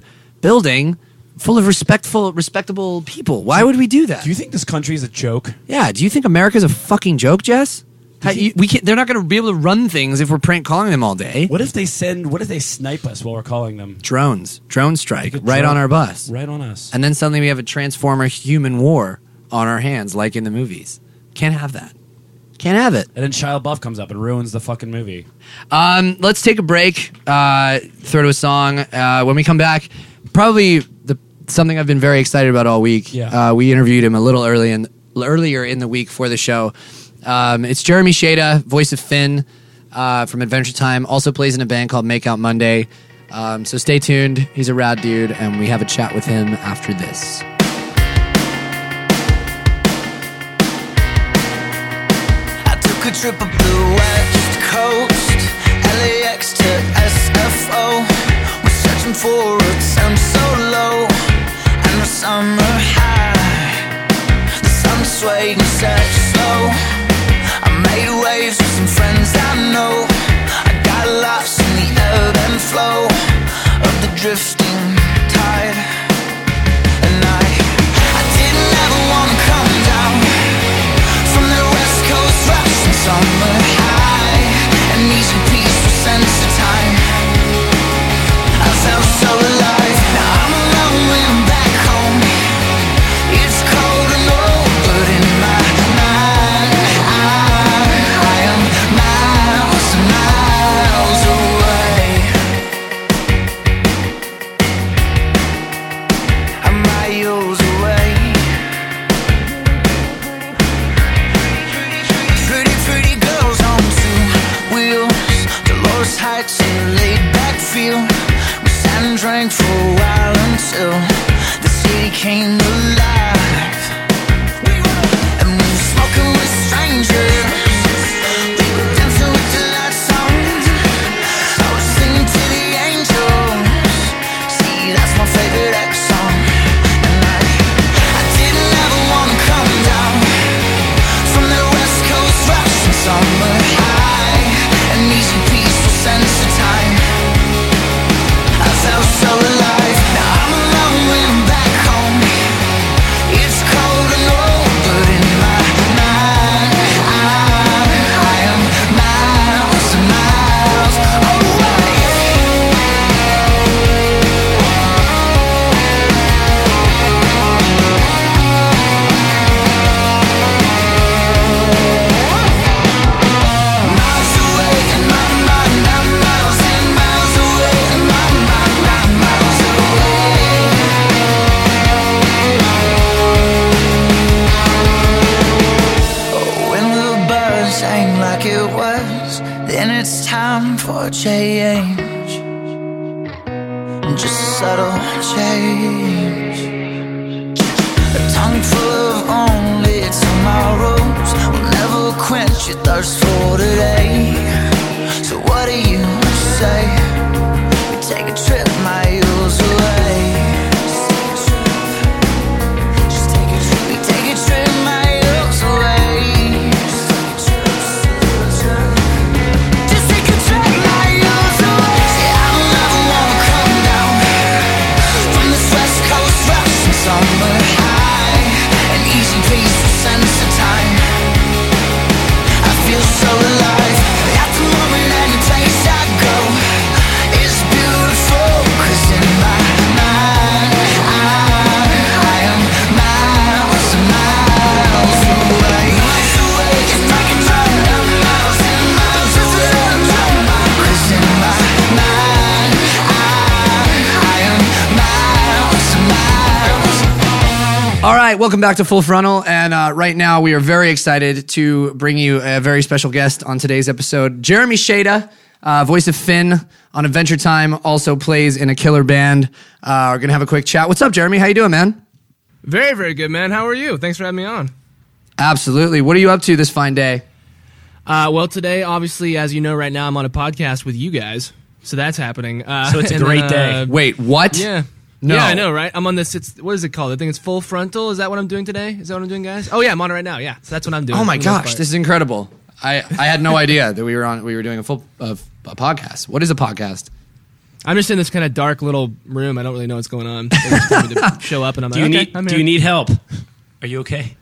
E: building full of respectful, respectable people. Why would we do that?
F: Do you think this country is a joke?
E: yeah, do you think America's a fucking joke, Jess? How- you- we can't, they're not going to be able to run things if we're prank calling them all day.
F: What if they send? What if they snipe us while we're calling them?
E: Drones, drone strike,
F: Like a
E: right
F: drone-
E: on our bus.
F: Right on us.
E: And then suddenly we have a Transformer human war on our hands, like in the movies. Can't have that. Can't have it.
F: And then Shia LaBeouf comes up and ruins the fucking movie.
E: Um, let's take a break. Uh, throw to a song. Uh, when we come back, probably the something I've been very excited about all week.
F: Yeah.
E: Uh, we interviewed him a little early in earlier in the week for the show. Um, it's Jeremy Shada, voice of Finn uh, from Adventure Time. Also plays in a band called Make Out Monday. Um, so stay tuned. He's a rad dude, and we have a chat with him after this.
G: I took a trip up the west coast, LAX to SFO. We're searching for a town so low and a summer high. The sun swayed and set slow. I made waves with some friends I know. I got lost in the ebb and flow of the drifting tide, and I, I didn't.
H: summer high, an easy peaceful sense of time. I felt so alive. Now I'm alone when I'm back home. It's cold and old, but in my mind, I am miles and miles away. I'm miles away. Pretty, pretty girls on two wheels, the lowest heights in the laid back feel. We sat and drank for a while until the city came alive. And we were smoking with strangers. We were dancing with the lights on. I was singing to the angels. See, that's my favorite X song. And I, I didn't ever wanna come down. From the west coast rush and summer high An easy peaceful sense of time I felt so alive Now I'm alone when I'm back home It's cold and old but in my mind I am miles and miles away like it was, then it's time for a change. Just a subtle change. A tongue full of only tomorrows will never quench your thirst for today. So what do you say? We take a trip miles away. Just take a trip. We take a trip miles away. Just take a trip miles away. See, I don't ever wanna come down from this West Coast rush and summer high, an easy peaceful sense of time. I feel so alive. At the moment, any place I go is beautiful. 'cause in my mind, I am miles and miles away. Miles away, and I can run miles and miles away. 'Cause in my mind, I am miles and miles.
E: All right, welcome back to Full Frontal. And uh, right now, we are very excited to bring you a very special guest on today's episode. Jeremy Shada, uh, voice of Finn on Adventure Time, also plays in a killer band. Uh, we're going to have a quick chat. What's up, Jeremy? How you doing, man?
F: Very, very good, man. How are you? Thanks for having me on.
E: Absolutely. What are you up to this fine day?
F: Uh, well, today, obviously, as you know, right now I'm on a podcast with you guys, so that's happening. Uh, so
I: it's a great day.
E: Wait, what?
F: Yeah.
E: No.
F: Yeah, I know, right? I'm on this. It's what is it called? I think it's full frontal. Is that what I'm doing today? Is that what I'm doing, guys? Oh yeah, I'm on it right now. Yeah, so that's what I'm doing.
E: Oh my
F: for the most
E: gosh,
F: part.
E: this is incredible. I, I had no idea that we were on we were doing a full uh, a podcast. What is a podcast?
F: I'm just in this kind of dark little room. I don't really know what's going on. They just told me to show up, and I'm
I: Do you
F: like, okay,
I: need
F: I'm
I: Do
F: here.
I: you need help? Are you okay?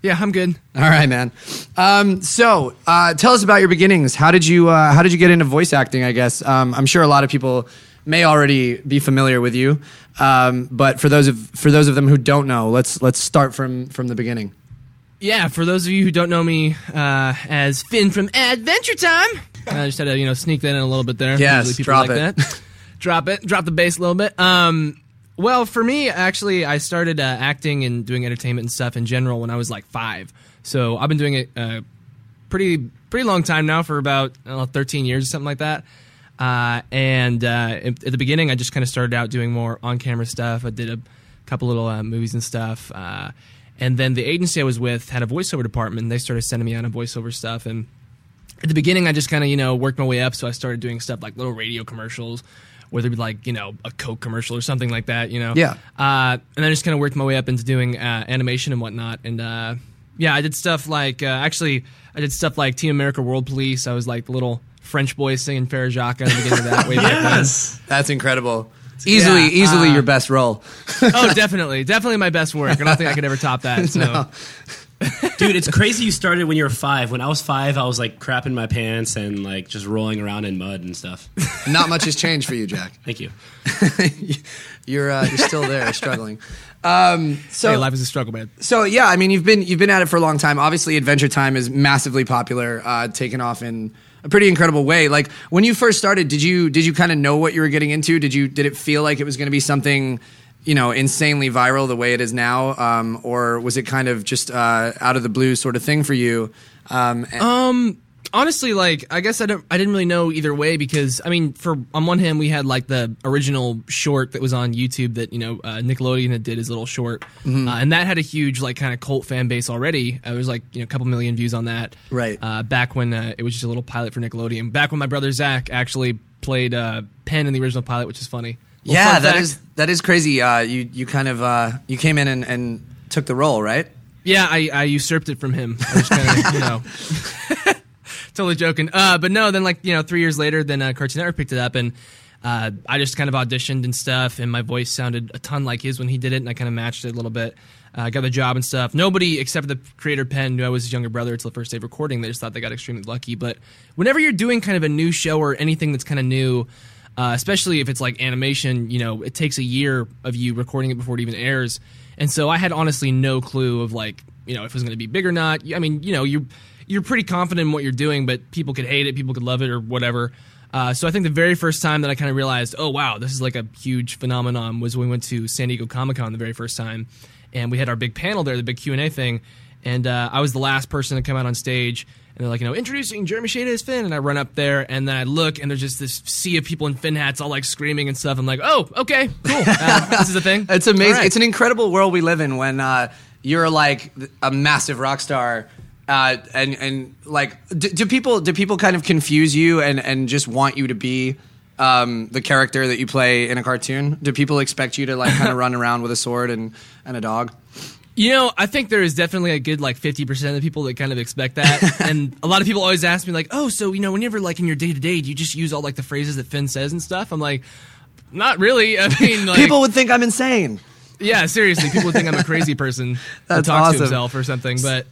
F: Yeah, I'm good.
E: All right, man. Um, so, uh, tell us about your beginnings. How did you uh, How did you get into voice acting? I guess um, I'm sure a lot of people may already be familiar with you, um, but for those of for those of them who don't know, let's let's start from from the beginning.
F: Yeah, for those of you who don't know me uh, as Finn from Adventure Time, I just had to you know sneak that in a little bit there.
E: Yes,
F: Usually people
E: drop
F: like
E: it.
F: That. drop it. Drop the bass a little bit. Um, well, for me, actually, I started uh, acting and doing entertainment and stuff in general when I was like five. So I've been doing it uh, pretty pretty long time now for about I don't know, 13 years or something like that. Uh, and uh, at at the beginning, I just kind of started out doing more on camera stuff. I did a couple little uh, movies and stuff. Uh, and then the agency I was with had a voiceover department. And they started sending me out on voiceover stuff. And at the beginning, I just kind of you know worked my way up. So I started doing stuff like little radio commercials, whether it be like you know a Coke commercial or something like that. You know,
E: Yeah.
F: uh, and I just kind of worked my way up into doing uh, animation and whatnot. And uh, yeah, I did stuff like uh, actually I did stuff like Team America World Police. I was like the little French boy singing Farrah Jacques at the beginning of that. Way yes.
E: That's incredible. Easily,
F: Yeah,
E: easily
F: uh,
E: your best role.
F: Oh, definitely, definitely my best work. I don't think I could ever top that. So.
J: Dude, it's crazy you started when you were five. When I was five, I was like crapping my pants and like just rolling around in mud and stuff.
E: Not much has changed for you, Jack.
J: Thank you.
E: You're uh, you're still there, struggling. Um, so
H: Hey, life is a struggle, man.
E: So yeah, I mean, you've been you've been at it for a long time. Obviously, Adventure Time is massively popular, uh, taken off in a pretty incredible way. Like when you first started, did you did you kind of know what you were getting into? Did you did it feel like it was going to be something? You know, insanely viral the way it is now, um, or was it kind of just uh, out of the blue sort of thing for you? Um, and-
H: Um, honestly, like I guess I don't, I didn't really know either way because I mean, for on one hand, we had like the original short that was on YouTube that you know uh, Nickelodeon had did his little short,
E: Mm-hmm.
H: uh, and that had a huge like kind of cult fan base already. Uh, it was like you know a couple million views on that,
E: Right.
H: Uh, back when uh, it was just a little pilot for Nickelodeon. Back when my brother Zach actually played uh, Penn in the original pilot, which is funny. Little
E: yeah,
H: fun
E: that
H: fact.
E: is that is crazy. Uh, you you kind of uh, you came in and, and took the role, right?
H: Yeah, I, I usurped it from him. I was kind of, you know, totally joking. Uh, but no, then like you know, three years later, then uh, Cartoon Network picked it up, and uh, I just kind of auditioned and stuff, and my voice sounded a ton like his when he did it, and I kind of matched it a little bit. Uh, I got the job and stuff. Nobody except the creator Penn knew I was his younger brother until the first day of recording. They just thought they got extremely lucky. But whenever you're doing kind of a new show or anything that's kind of new, uh, especially if it's like animation, you know, it takes a year of you recording it before it even airs. And so I had honestly no clue of like, you know, if it was going to be big or not. I mean, you know, you're you're pretty confident in what you're doing, but people could hate it, people could love it, or whatever. Uh, so I think the very first time that I kind of realized, oh wow, this is like a huge phenomenon, was when we went to San Diego Comic Con the very first time, and we had our big panel there, the big Q and A thing, and uh, I was the last person to come out on stage. And they're like, you know, introducing Jeremy Shade as Finn. And I run up there and then I look and there's just this sea of people in Finn hats all like screaming and stuff. I'm like, oh, okay, cool. Uh, this is a thing.
E: It's amazing.
H: All right.
E: It's an incredible world we live in when uh, you're like th- a massive rock star. Uh, and and like, do, do people do people kind of confuse you and, and just want you to be um, the character that you play in a cartoon? Do people expect you to like kind of run around with a sword and, and a dog?
H: You know, I think there is definitely a good like fifty percent of the people that kind of expect that, and a lot of people always ask me like, "Oh, so you know, whenever like in your day to day, do you just use all like the phrases that Finn says and stuff?" I'm like, "Not really. I mean, like,
E: people would think I'm insane.
H: yeah, seriously, people think I'm a crazy person that
E: That's
H: talks
E: awesome.
H: to himself or something." But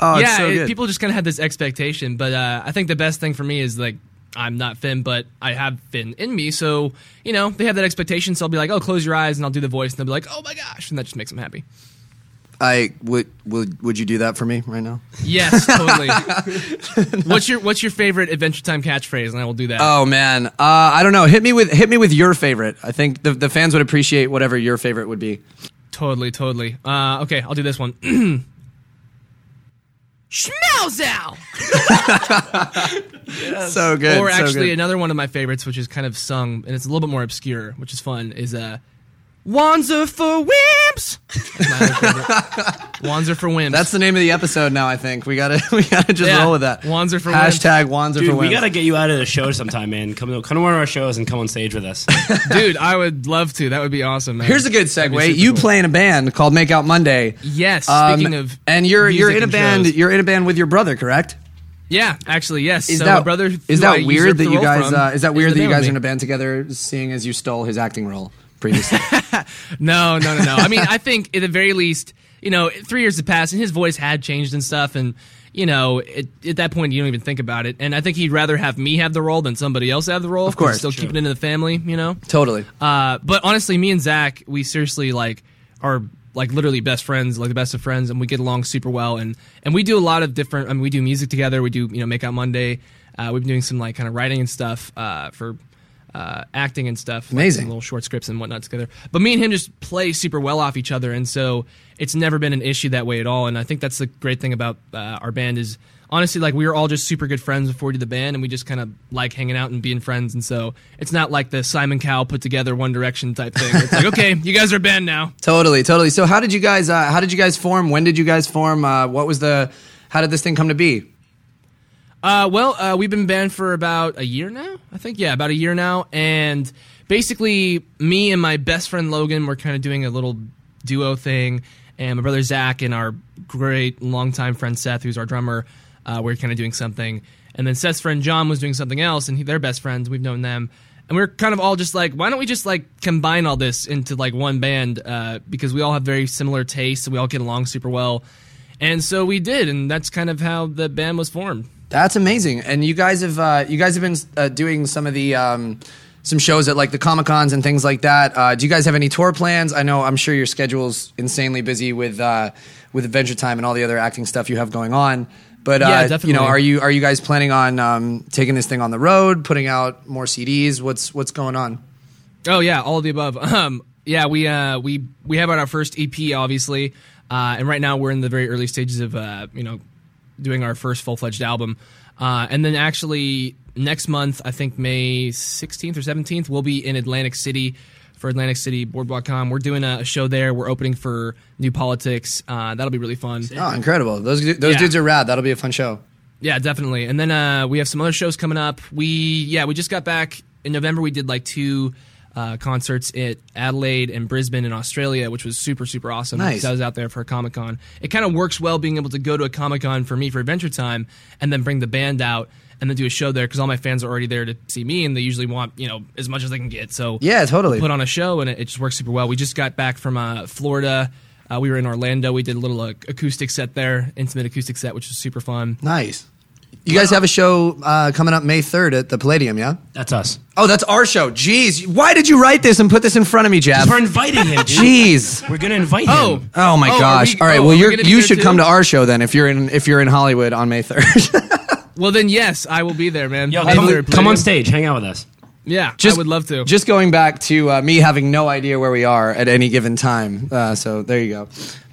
E: Oh,
H: yeah,
E: it's so
H: it-
E: good.
H: people just kind of had this expectation. But uh, I think the best thing for me is like I'm not Finn, but I have Finn in me, so you know they have that expectation. So I'll be like, "Oh, close your eyes," and I'll do the voice, and they'll be like, "Oh my gosh," and that just makes them happy.
E: I would would would you do that for me right now?
H: Yes, totally. What's your What's your favorite Adventure Time catchphrase? And I will do that.
E: Oh man, uh, I don't know. Hit me with hit me with your favorite. I think the the fans would appreciate whatever your favorite would be.
H: totally, totally. Uh, okay, I'll do this one. Schmelzow!
E: So good.
H: Or
E: so
H: actually,
E: good.
H: another one of my favorites, which is kind of sung and it's a little bit more obscure, which is fun, is uh, "Wands are for wimps." That's my other favorite. Wands are for wimps.
E: That's the name of the episode now. I think we gotta we gotta just
H: Yeah.
E: roll with that.
H: Wands are for
E: hashtag Wands are
J: Dude,
E: for
J: we
E: wins.
J: gotta get you out of the show sometime, man. Come, come to one of our shows and come on stage with us.
H: dude. I would love to. That would be awesome. Man.
E: Here's a good
H: That'd be
E: segue.
H: super
E: You
H: cool.
E: play in a band called Make Out Monday.
H: Yes.
E: Um,
H: Speaking of,
E: and you're you're
H: music
E: in a
H: and
E: band.
H: shows.
E: You're in a band with your brother, correct?
H: Yeah, actually, yes.
E: Is
H: so
E: that
H: my brother? who
E: is
H: I
E: that
H: usurped
E: weird
H: the
E: that you
H: role
E: guys
H: from
E: uh, is that weird
H: in the
E: that you
H: band
E: guys
H: with
E: are in
H: me.
E: a band together, seeing as you stole his acting role previously?
H: No, no, no, no. I mean, I think at the very least, you know, three years have passed, and his voice had changed and stuff, and you know, it, at that point, you don't even think about it. And I think he'd rather have me have the role than somebody else have the role. Of
E: course,
H: still keeping it in the family, you know.
E: totally.
H: Uh, but honestly, me and Zach, we seriously like are like literally best friends, like the best of friends, and we get along super well. And and we do a lot of different. I mean, we do music together. We do you know Make Out Monday. Uh, we've been doing some like kind of writing and stuff uh, for uh, acting and stuff. like,
E: Amazing.
H: some little short scripts and whatnot together. But me and him just play super well off each other, and so it's never been an issue that way at all. And I think that's the great thing about uh, our band is honestly like we were all just super good friends before we did the band, and we just kind of like hanging out and being friends. And so it's not like the Simon Cowell put together One Direction type thing. It's like okay, you guys are a band now.
E: Totally, totally. So how did you guys uh, how did you guys form? When did you guys form? Uh, what was the how did this thing come to be?
H: Uh, well, uh, we've been banned for about a year now, I think. Yeah, about a year now. And basically, me and my best friend Logan were kind of doing a little duo thing. And my brother Zach and our great longtime friend Seth, who's our drummer, uh, were kind of doing something. And then Seth's friend John was doing something else, and he, they're best friends. We've known them. And we are kind of all just like, why don't we just like combine all this into like one band? Uh, because we all have very similar tastes, and we all get along super well. And so we did, and that's kind of how the band was formed.
E: That's amazing. And you guys have uh, you guys have been uh, doing some of the um, some shows at like the comic cons and things like that. Uh, do you guys have any tour plans? I know I'm sure your schedule's insanely busy with uh, with Adventure Time and all the other acting stuff you have going on. But uh,
H: Yeah,
E: you
H: definitely.
E: know, are you are you guys planning on um, taking this thing on the road, putting out more CDs? What's what's going on?
H: Oh yeah, all of the above. Um, yeah, we uh, we we have out our first EP, obviously, uh, and right now we're in the very early stages of uh, you know doing our first full fledged album, uh, and then actually next month, I think May sixteenth or seventeenth, we'll be in Atlantic City for Atlantic City Boardwalk.com. We're doing a, a show there. We're opening for New Politics. Uh, that'll be really fun.
E: Oh, incredible! Those du- those
H: Yeah.
E: dudes are rad. That'll be a fun show.
H: Yeah, definitely. And then uh, we have some other shows coming up. We yeah, we just got back in November. We did like two uh, concerts at Adelaide and Brisbane in Australia, which was super super awesome.
E: Nice.
H: because I was out there for a Comic Con. It kind of works well being able to go to a Comic Con for me for Adventure Time, and then bring the band out and then do a show there because all my fans are already there to see me, and they usually want you know as much as they can get. So
E: Yeah, totally.
H: Put on a show, and it, it just works super well. We just got back from uh, Florida. Uh, we were in Orlando. We did a little uh, acoustic set there, intimate acoustic set, which was super fun.
E: Nice. You guys have a show uh, coming up May 3rd at the Palladium, yeah?
J: That's us.
E: Oh, that's our show. Jeez. Why did you write this and put this in front of me, Jab?
J: We're inviting him. dude.
E: Jeez.
J: We're gonna invite
H: Oh.
J: him.
E: Oh my
H: Oh, are
E: gosh.
H: we-
E: All right,
H: oh,
E: well
H: are we
E: you're,
H: gonna be
E: you
H: there
E: should come
H: too?
E: to our show then if you're in if you're in Hollywood on May 3rd.
H: Well, then yes, I will be there, man.
J: Yo,
H: I'll be there
J: come,
H: at
J: come on
H: Palladium.
J: stage, hang out with us.
H: Yeah, I would love to.
E: Just going back to uh, me having no idea where we are at any given time. Uh, so there you go.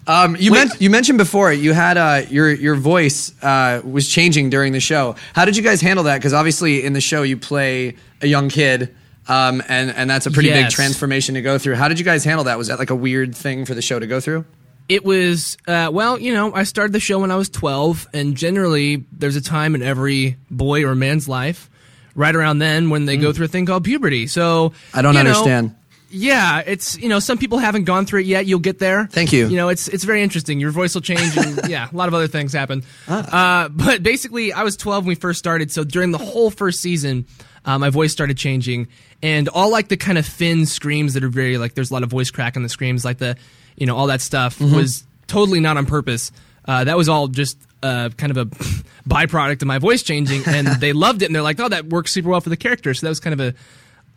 E: Um, you, men- you mentioned before you had uh, your your voice uh, was changing during the show. How did you guys handle that? Because obviously in the show you play a young kid, um, and and that's a pretty big
H: Yes.
E: transformation to go through. How did you guys handle that? Was that like a weird thing for the show to go through?
H: it was uh, well, you know, I started the show when I was 12, and generally there's a time in every boy or man's life, right around then, when they go through a thing called puberty. So
E: I don't
H: you know,
E: understand.
H: yeah, it's you know some people haven't gone through it yet. You'll get there.
E: Thank you.
H: You know it's it's very interesting. Your voice will change. And, yeah, a lot of other things happen.
E: Ah.
H: Uh, but basically, I was 12 when we first started. So during the whole first season, uh, my voice started changing, and all like the kind of thin screams that are very like there's a lot of voice crack in the screams, like the you know all that stuff
E: Mm-hmm.
H: was totally not on purpose. Uh, that was all just uh, kind of a byproduct of my voice changing, and they loved it, and they're like, oh, that works super well for the character. So that was kind of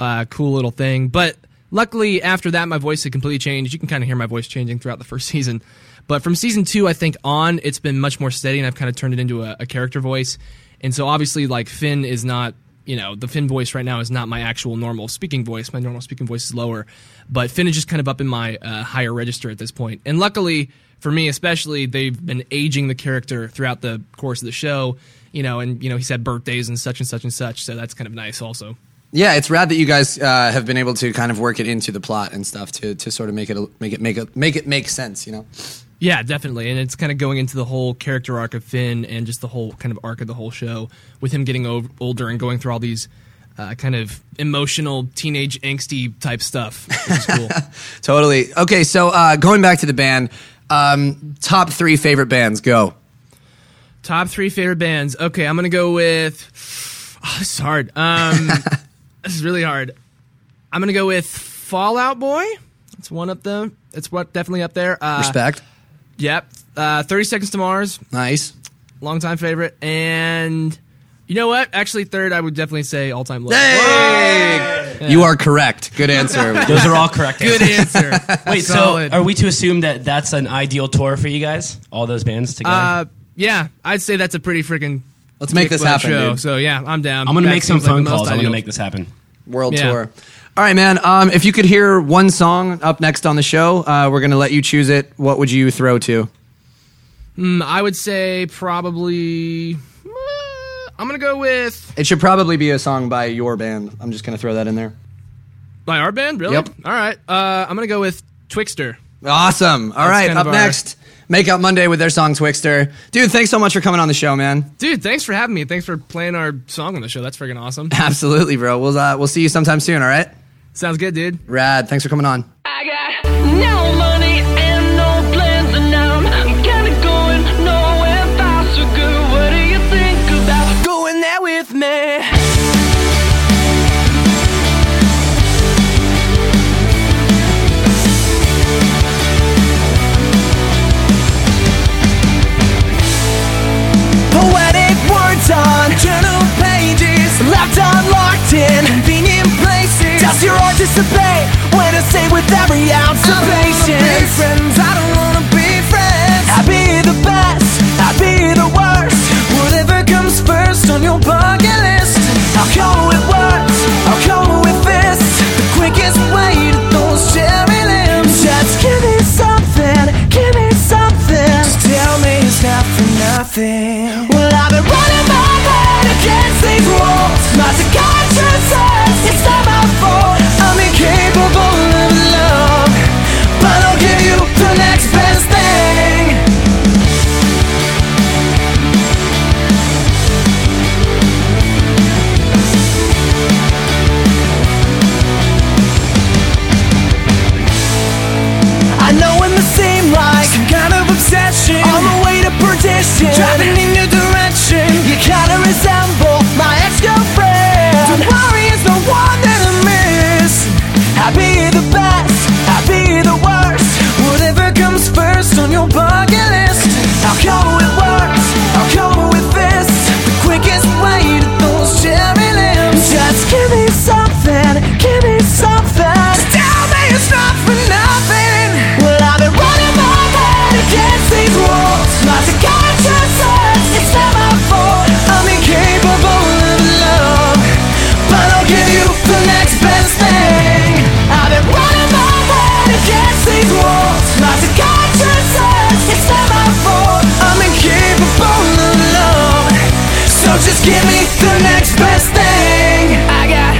H: a uh, cool little thing. But luckily, after that, my voice had completely changed. You can kind of hear my voice changing throughout the first season. But from season two, I think on, it's been much more steady, and I've kind of turned it into a, a character voice. And so obviously, like Finn is not, you know, the Finn voice right now is not my actual normal speaking voice. My normal speaking voice is lower, but Finn is just kind of up in my uh, higher register at this point. And luckily for me, especially, they've been aging the character throughout the course of the show. You know, and you know, he's had birthdays and such and such and such, so that's kind of nice, also.
E: Yeah, it's rad that you guys uh, have been able to kind of work it into the plot and stuff to to sort of make it a- make it make it make it make sense. You know.
H: Yeah, definitely. And it's kind of going into the whole character arc of Finn and just the whole kind of arc of the whole show with him getting ov older and going through all these uh, kind of emotional, teenage, angsty type stuff. Which is cool.
E: Totally. Okay, so uh, going back to the band, um, top three favorite bands. Go.
H: Top three favorite bands. Okay, I'm going to go with. Oh, this is hard. Um, this is really hard. I'm going to go with Fallout Boy. That's one up there. It's what definitely up there. Uh,
E: Respect.
H: Yep. Uh, 30 Seconds to Mars.
E: nice.
H: longtime favorite, and you know what? Actually, third, I would definitely say all time low.
E: Hey, you are correct. Good answer.
J: Those are all correct.
H: Good answer.
J: Wait, so
H: Solid.
J: are we to assume that that's an ideal tour for you guys? All those bands together.
H: uh, yeah, I'd say that's a pretty freaking.
E: Let's make this
H: dick-butt
E: happen,
H: Show.
E: dude.
H: So yeah, I'm down.
J: I'm gonna
H: That
J: make some
H: seems like
J: phone
H: the most
J: calls. I'm gonna
H: ideal.
J: make this happen.
E: World
H: Yeah.
E: tour. All right, man. Um, if you could hear one song up next on the show, uh, we're gonna let you choose it. What would you throw to?
H: Mm, I would say probably. uh, I'm gonna go with
E: It should probably be a song by your band. I'm just gonna throw that in there.
H: my art band. Really?
E: Yep.
H: All right. Uh, I'm gonna go with Twixter.
E: Awesome. All
H: That's
E: right,
H: kind
E: Up
H: of our-
E: next, Make Out Monday with their song Twixter. Dude, thanks so much for coming on the show, man.
H: Dude, thanks for having me. Thanks for playing our song on the show. That's freaking awesome.
E: Absolutely, bro. We'll uh, we'll see you sometime soon. All right.
H: Sounds good, dude.
E: Rad. Thanks for coming on.
K: I got no money and no plans, and now I'm kinda going nowhere fast or good. What do you think about going there with me?
G: with every ounce of patience. Friends, I don't wanna be friends. I'll be the best, I'll be the worst. Whatever comes first on your bucket list. I'll go with words, I'll go with this. The quickest way to those cherry limbs. Just give me something, give me something. Just tell me it's not for nothing. Well, I've been running my head against these walls. My psychiatrist says it's not my fault. I'm incapable of love, but I'll give you the next best thing. I know it must seem like some kind of obsession. On the way to perdition, driving in your direction. You kinda resemble my ex-girlfriend. Don't worry, it's the one that I miss. I'll be the best, I'll be the worst. Whatever comes first on your bucket list, I'll go with words, I'll go with this. The quickest way to those cherry limbs. Just give me something, give me something. Just tell me it's not for nothing. Well, I've been running my head against these walls. My subconscious says it's not my fault. I'm incapable of love, but I'll give you the next best thing. I've been running my head against these walls. My subconscious says it's not my fault. I'm incapable of love, so just give me the next best thing.
K: I got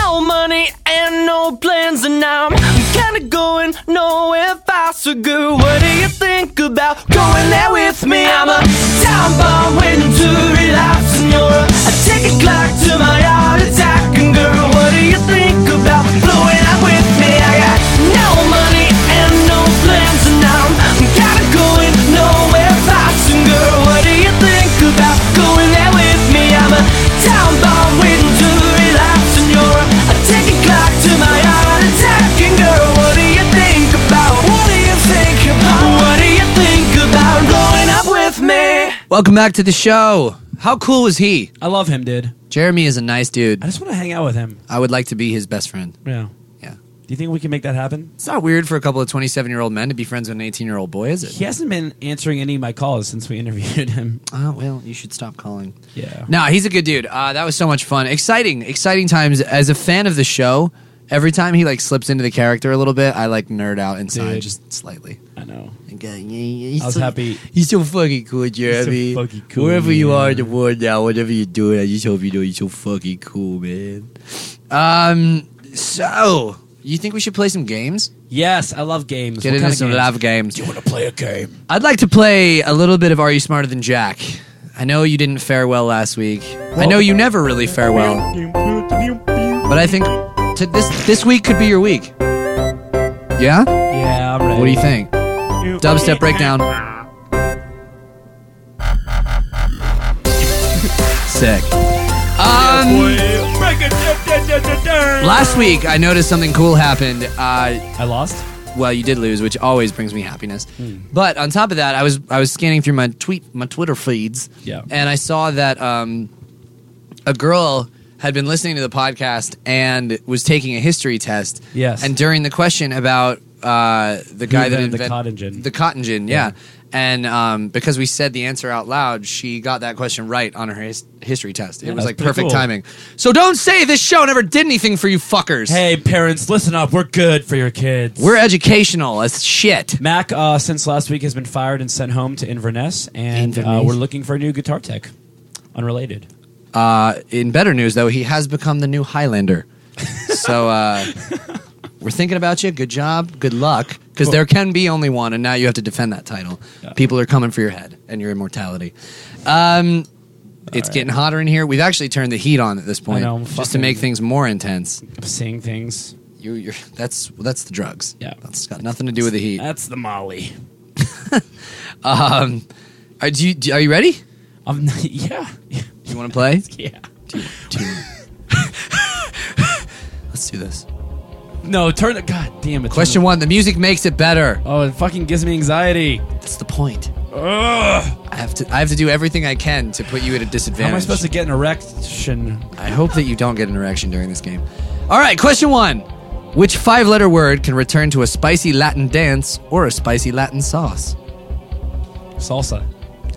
K: no money and no plans, and now I'm kinda going nowhere fast so good. What do you think about going there with me? I'm a time bomb waiting to relapse, and you're a, a ticket clock to my heart attack. And girl, what do you think about blowing up with me? I got no money and no plans, and now I'm kinda going nowhere fast, and girl, what do you think about going there with me? I'm a time bomb waiting to relapse, and you're a, a ticking clock to my heart attack. And girl, what do you think about? What do you think about? What do you think about blowing up with me?
E: Welcome back to the show. How cool was he?
F: I love him, dude.
E: Jeremy is a nice dude. I
F: just want to hang out with him.
E: I would like to be his best friend.
F: Yeah.
E: Yeah. Do
F: you think we can make that happen?
E: It's not weird for a couple of 27 year old men to be friends with an 18 year old boy, is it?
F: He hasn't been answering any of my calls since we interviewed him.
E: Oh, well, you should stop calling.
F: Yeah.
E: No, he's a good dude. Uh, that was so much fun. Exciting, exciting times. As a fan of the show, every time he like slips into the character a little bit, I like nerd out inside
F: Dude.
E: just slightly.
F: I know.
E: I
F: I was happy.
E: You're so fucking cool, Jeremy.
F: fucking cool,
E: Wherever you
F: man.
E: are in the world now, whatever you're doing, I just hope you know you're so fucking cool, man. Um. So, you think we should play some games?
F: Yes, I love games.
E: Get
F: What
E: into
F: kind of
E: some
F: games?
E: love games. Do you
F: want to play a game?
E: I'd like to play a little bit of Are You Smarter Than Jack? I know you didn't fare well last week. I know you never really fare well. But I think to this this week could be your week. Yeah?
F: Yeah, I'm ready.
E: What do you think? Dubstep breakdown. Sick. Um, last week I noticed something cool happened. Uh, I
F: lost.
E: Well, you did lose, which always brings me happiness.
F: Hmm.
E: But on top of that, I was I was scanning through my tweet my Twitter feeds,
F: Yeah.
E: and I saw that um, a girl had been listening to the podcast and was taking a history test.
F: Yes.
E: And during the question about uh, the
F: Who
E: guy
F: invented
E: that
F: the
E: invent-
F: cotton gin?
E: the cotton gin,
F: Yeah.
E: yeah. And um, because we said the answer out loud, she got that question right on her his- history test. It
F: Yeah,
E: was
F: that's
E: like
F: pretty
E: perfect
F: cool.
E: timing. So don't say this show never did anything for you fuckers.
F: Hey, parents, listen up. We're good for your kids.
E: We're educational as shit.
F: Mac, uh, since last week, has been fired and sent home to Inverness, and uh,
E: Inverness.
F: we're looking for a new guitar tech. Unrelated.
E: Uh, in better news, though, he has become the new Highlander. so uh, we're thinking about you. Good job. Good luck. Because
F: Cool.
E: there can be only one, and now you have to defend that title. People are coming for your head and your immortality. Um, it's getting hotter in here. We've actually turned the heat on at this point,
F: know, I'm
E: just to
F: fucking-
E: make things more intense.
F: Seeing things.
E: You, you're, that's that's the drugs.
F: Yeah.
E: that's got nothing to do with the heat.
F: That's the Molly.
E: Um, are, do you, do, are you ready?
F: I'm, Um, yeah.
E: You want to play?
F: Yeah.
E: Do you, do you- Let's do this.
F: No, turn the. God damn it. turn
E: Question one: The music makes it better.
F: Oh, it fucking gives me anxiety.
E: That's the point.
F: Ugh.
E: I have to. I have to do everything I can to put you at a
F: How
E: disadvantage.
F: am I supposed to get an erection?
E: I hope that you don't get an erection during this game. All right, question one: Which five letter word can return to a spicy Latin dance or a spicy Latin sauce?
F: Salsa.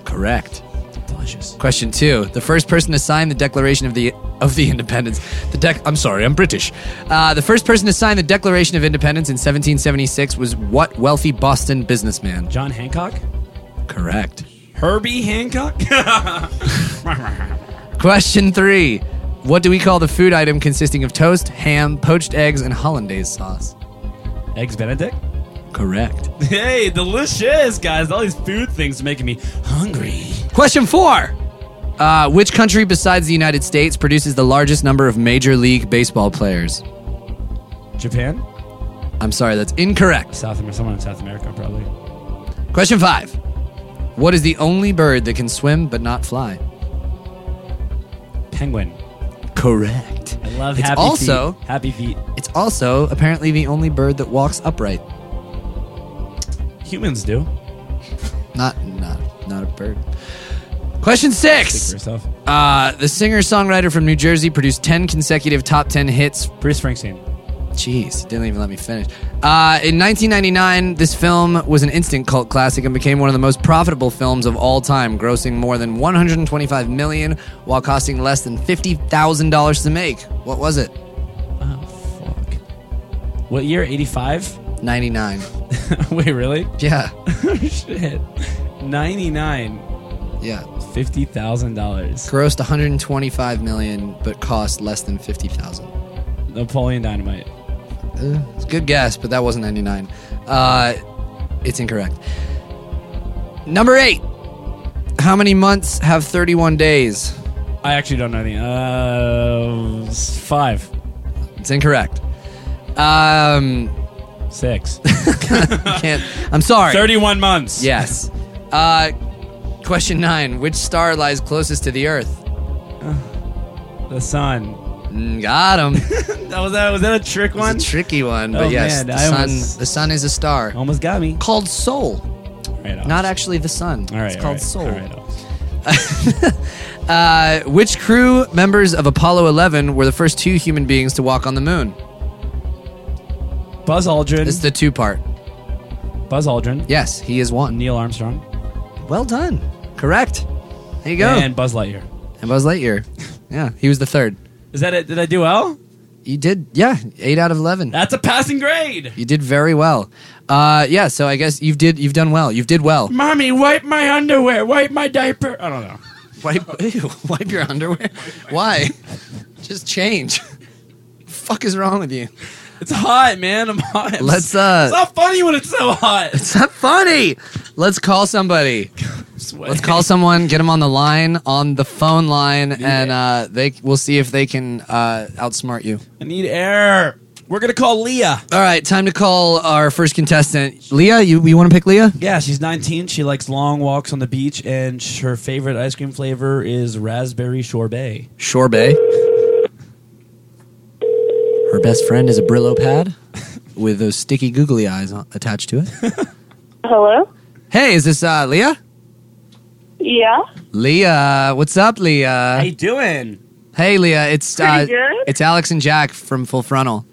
E: Correct. Question two: The first person to sign the Declaration of the of the Independence, the dec. I'm sorry, I'm British. Uh, the first person to sign the Declaration of Independence in 1776 was what wealthy Boston businessman?
F: John Hancock.
E: Correct.
F: Herbie Hancock.
E: Question three: What do we call the food item consisting of toast, ham, poached eggs, and hollandaise sauce?
F: Eggs Benedict.
E: Correct.
F: Hey, delicious guys! All these food things are making me hungry.
E: Question four. Uh, which country besides the United States produces the largest number of Major League Baseball players?
F: Japan.
E: I'm sorry, that's incorrect.
F: South America. Someone in South America probably.
E: Question five. What is the only bird that can swim but not fly?
F: Penguin.
E: Correct.
F: I love
E: It's
F: happy
E: also-
F: feet. happy feet.
E: It's also apparently the only bird that walks upright.
F: Humans do.
E: Not, not, not a bird. Question six.
F: Speak for yourself.
E: Uh, the singer-songwriter from New Jersey produced ten consecutive top ten hits.
F: Bruce Springsteen.
E: Jeez, didn't even let me finish. Uh, in 1999, this film was an instant cult classic and became one of the most profitable films of all time, grossing more than 125 million while costing less than fifty thousand dollars to make. What was it?
F: What year? 85?
E: 99.
F: Wait, really? Oh,
E: Yeah.
F: Shit. 99.
E: Yeah.
F: $50,000.
E: Grossed 125 million, but cost less than 50,000.
F: Napoleon Dynamite.
E: Uh, it's a good guess, but that wasn't 99. Uh, it's incorrect. Number eight. How many months have 31 days?
F: I actually don't know the. Uh, s- five.
E: It's incorrect. Um,
F: Six.
E: can't, I'm sorry.
F: 31 months.
E: Yes. Uh, question nine. Which star lies closest to the Earth?
F: The sun.
E: Mm, got him.
F: That was, that, was that a trick one?
E: It's a tricky one, but
F: Oh,
E: yes,
F: man,
E: the
F: I
E: sun.
F: almost- Oh.
E: the sun is a star.
F: Almost got me.
E: Called Soul.
F: Right on.
E: Not actually the sun.
F: All right,
E: it's
F: all
E: called
F: right,
E: Soul.
F: all right, all right.
E: Uh, which crew members of Apollo 11 were the first two human beings to walk on the moon?
F: Buzz Aldrin.
E: It's the two part.
F: Buzz Aldrin.
E: Yes, he is one.
F: Neil Armstrong.
E: Well done. Correct. There you go.
F: And Buzz Lightyear.
E: And Buzz Lightyear. Yeah, he was the third.
F: Is that it? Did I do well?
E: You did, yeah, eight out of eleven.
F: That's a passing grade.
E: You did very well. Uh, yeah, so I guess you've did you've done well. You've did well.
F: Mommy, wipe my underwear. Wipe my diaper. I don't know.
E: Wipe, ew, wipe your underwear. Why? Just change. Fuck is wrong with you?
F: It's hot, man. I'm hot.
E: Let's uh.
F: It's not funny when it's so hot.
E: It's not funny. Let's call somebody. Let's call someone, get them on the line, on the phone line, and uh, they we'll see if they can uh, outsmart you.
F: I need air. We're gonna call Leah.
E: All right, time to call our first contestant, Leah. You you want to pick Leah?
F: Yeah, she's 19. She likes long walks on the beach, and sh- her favorite ice cream flavor is raspberry sorbet.
E: Shore Bay. Her best friend is a Brillo pad with those sticky googly eyes on, attached to it.
L: Hello?
E: Hey, is this uh, Leah?
L: Yeah?
E: Leah, what's up, Leah?
F: doing?
E: Hey, Leah, it's uh,
L: Pretty good.
E: it's Alex and Jack from Full Frontal.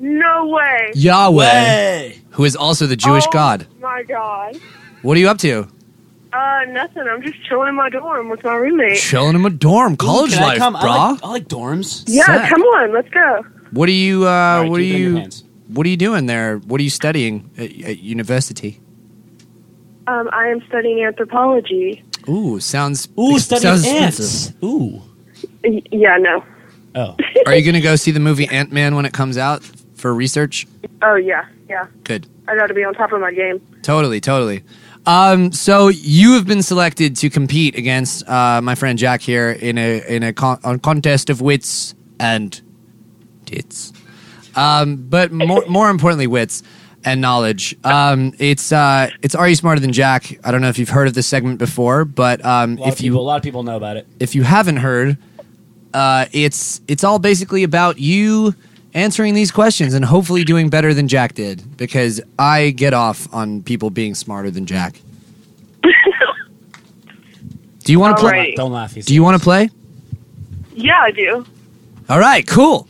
L: No way.
E: Yahweh. who is also the Jewish
L: Oh,
E: god.
L: My God.
E: What are you up to?
L: Uh, nothing. I'm just chilling in my dorm with my roommate.
E: Chilling in a dorm, college
J: Can I
E: life,
J: come? I
E: brah.
J: like- I like dorms.
L: yeah,
E: Sick.
L: come on. Let's go.
E: What are you? Uh,
J: right,
E: what are
J: keep it in your
E: you?
J: hands.
E: What are you doing there? What are you studying at, at university?
L: Um, I am studying anthropology.
E: Ooh, sounds
J: Ooh,
E: ex-
J: study
E: sounds
J: ants.
E: expensive.
J: Ooh.
L: Y- yeah, no.
J: Oh.
E: are you gonna go see the movie Ant Man when it comes out for research?
L: Oh, yeah, yeah.
E: Good,
L: I gotta be on top of my game.
E: totally, totally. Um, so you have been selected to compete against uh, my friend Jack here in a in a, con- a contest of wits and dits. Um, but more, more importantly, wits and knowledge. Um, it's uh, it's Are You Smarter Than Jack? I don't know if you've heard of this segment before, but um,
J: A lot,
E: if
J: of people, a
E: you
J: lot of people know about it.
E: if you haven't heard, uh, it's it's all basically about you answering these questions and hopefully doing better than Jack did because I get off on people being smarter than Jack. Do you want to play?
L: Alrighty.
J: Don't laugh. he's-
E: Do you want to play?
L: Yeah, I do.
E: All right, cool.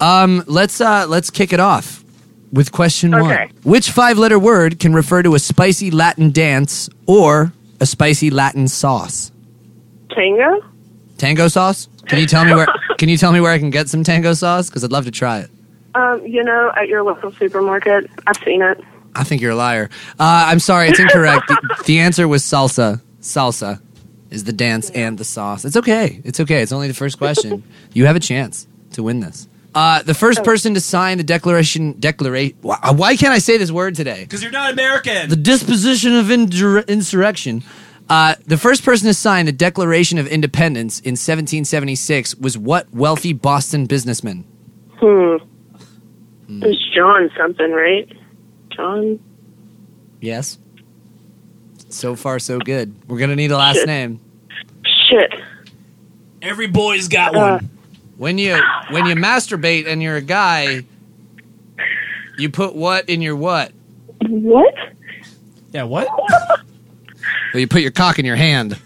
E: Um, let's uh, let's kick it off with question
L: Okay.
E: one. Which five-letter word can refer to a spicy Latin dance or a spicy Latin sauce?
L: Tango?
E: Tango sauce? Can you tell me where? can you tell me where I can get some tango sauce? Because I'd love to try it.
L: Um, you know, at your local supermarket. I've seen it.
E: I think you're a liar. Uh, I'm sorry, it's incorrect. the, the answer was salsa. Salsa is the dance and the sauce. It's okay. It's okay. It's only the first question. you have a chance to win this. Uh, the first person to sign the declaration. Declaration. Why, why can't I say this word today?
F: Because you're not American.
E: The disposition of injur- insurrection. Uh, the first person to sign the Declaration of Independence in 1776 was what wealthy Boston businessman?
L: Hmm. It's John something, right? John?
E: Yes. So far, so good. We're gonna need a last
L: Shit.
E: name.
L: Shit.
F: Every boy's got
E: one. When you when you masturbate and you're a guy, you put what in your what?
L: What?
F: Yeah, what?
E: Well, you put your cock in your hand.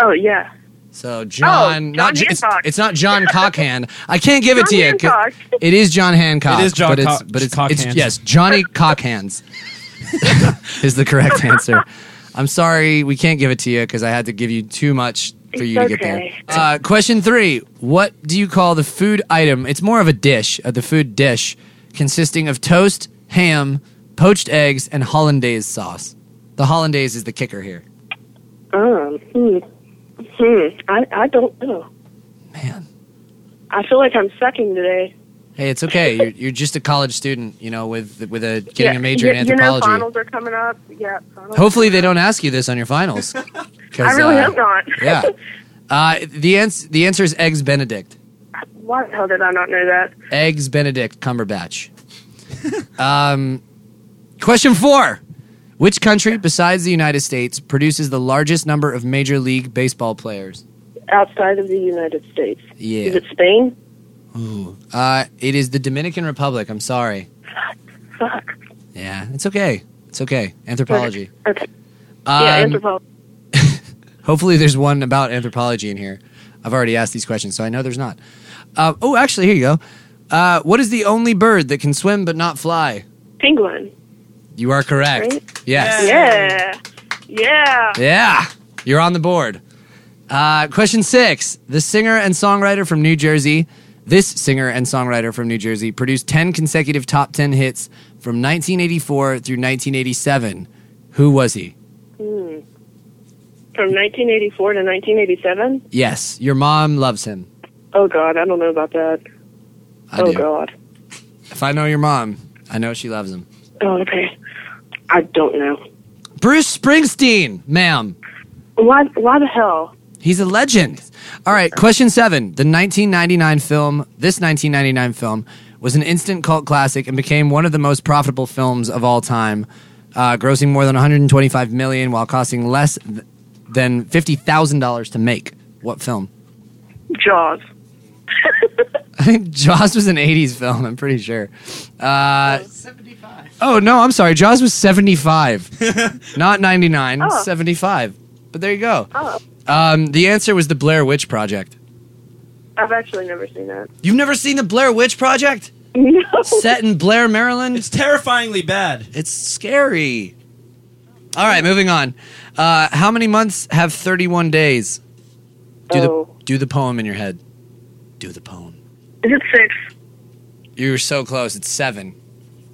L: Oh, yeah.
E: So John,
L: Oh, John
E: not J- it's,
L: Hancock.
E: it's not John Cockhand. I can't give it to
L: Oh,
E: you. 'cause
L: Hancock.
E: It is John Hancock.
F: It is John
E: but it's,
F: Cock-
E: but it's,
F: Cockhands.
E: it's- yes, Johnny Cockhands is the correct answer. I'm sorry, we can't give it to you because I had to give you too much for you to
L: It's
E: get there.
L: okay.
E: Uh, question three: What do you call the food item? It's more of a dish, uh, the food dish consisting of toast, ham, poached eggs, and hollandaise sauce. The hollandaise is the kicker here.
L: Um, hmm. Hmm. I, I don't know. Man. I feel like I'm sucking today.
E: Hey, it's okay. You're, you're just a college student, you know, with with a getting a major in
L: you, You know,
E: anthropology.
L: finals are coming up. Yeah. Finals.
E: Hopefully, they don't ask you this on your finals. 'Cause,
L: I really
E: uh,
L: hope not.
E: yeah. Uh, the ans- the answer is eggs Benedict.
L: Why the hell did I not know that?
E: Eggs Benedict Cumberbatch. um, question four: Which country besides the United States produces the largest number of Major League Baseball players?
L: Outside of the United States.
E: Yeah.
L: Is it Spain?
E: Ooh. Uh, it is the Dominican Republic. I'm sorry.
L: Fuck.
E: Yeah, it's okay. It's okay. Anthropology.
L: Okay.
E: Um,
L: yeah, anthropology.
E: Hopefully, there's one about anthropology in here. I've already asked these questions, so I know there's not. Uh, oh, actually, here you go. Uh, what is the only bird that can swim but not fly?
L: Penguin.
E: You are correct.
L: Right?
E: Yes.
L: Yeah. Yeah.
E: Yeah. You're on the board. Uh, question six. The singer and songwriter from New Jersey, this singer and songwriter from New Jersey, produced 10 consecutive top 10 hits from 1984 through 1987. Who was he?
L: Hmm. From 1984 to 1987?
E: Yes. Your mom loves him.
L: Oh, God. I don't know about that.
E: I
L: oh,
E: do.
L: God.
E: If I know your mom, I know she loves him.
L: Oh, okay. I don't know.
E: Bruce Springsteen, ma'am.
L: Why, why the hell?
E: He's a legend. All right, question seven. The 1999 film, this 1999 film, was an instant cult classic and became one of the most profitable films of all time, uh, grossing more than 125 million while costing less th- than $50,000 to make. What film?
L: Jaws.
E: I think Jaws was an 80s film, I'm pretty sure. Uh, Oh, no, I'm sorry. Jaws was 75. Not 99,
L: Oh.
E: 75. But there you go.
L: Oh,
E: Um, the answer was the Blair Witch Project.
L: I've actually never seen that.
E: You've never seen the Blair Witch Project?
L: No.
E: Set in Blair, Maryland? It's
F: terrifyingly bad.
E: It's scary. All right, moving on. Uh, how many months have 31 days? Do the do the poem in your head. Do the poem.
L: Oh. Is it six?
E: You were so close. It's seven.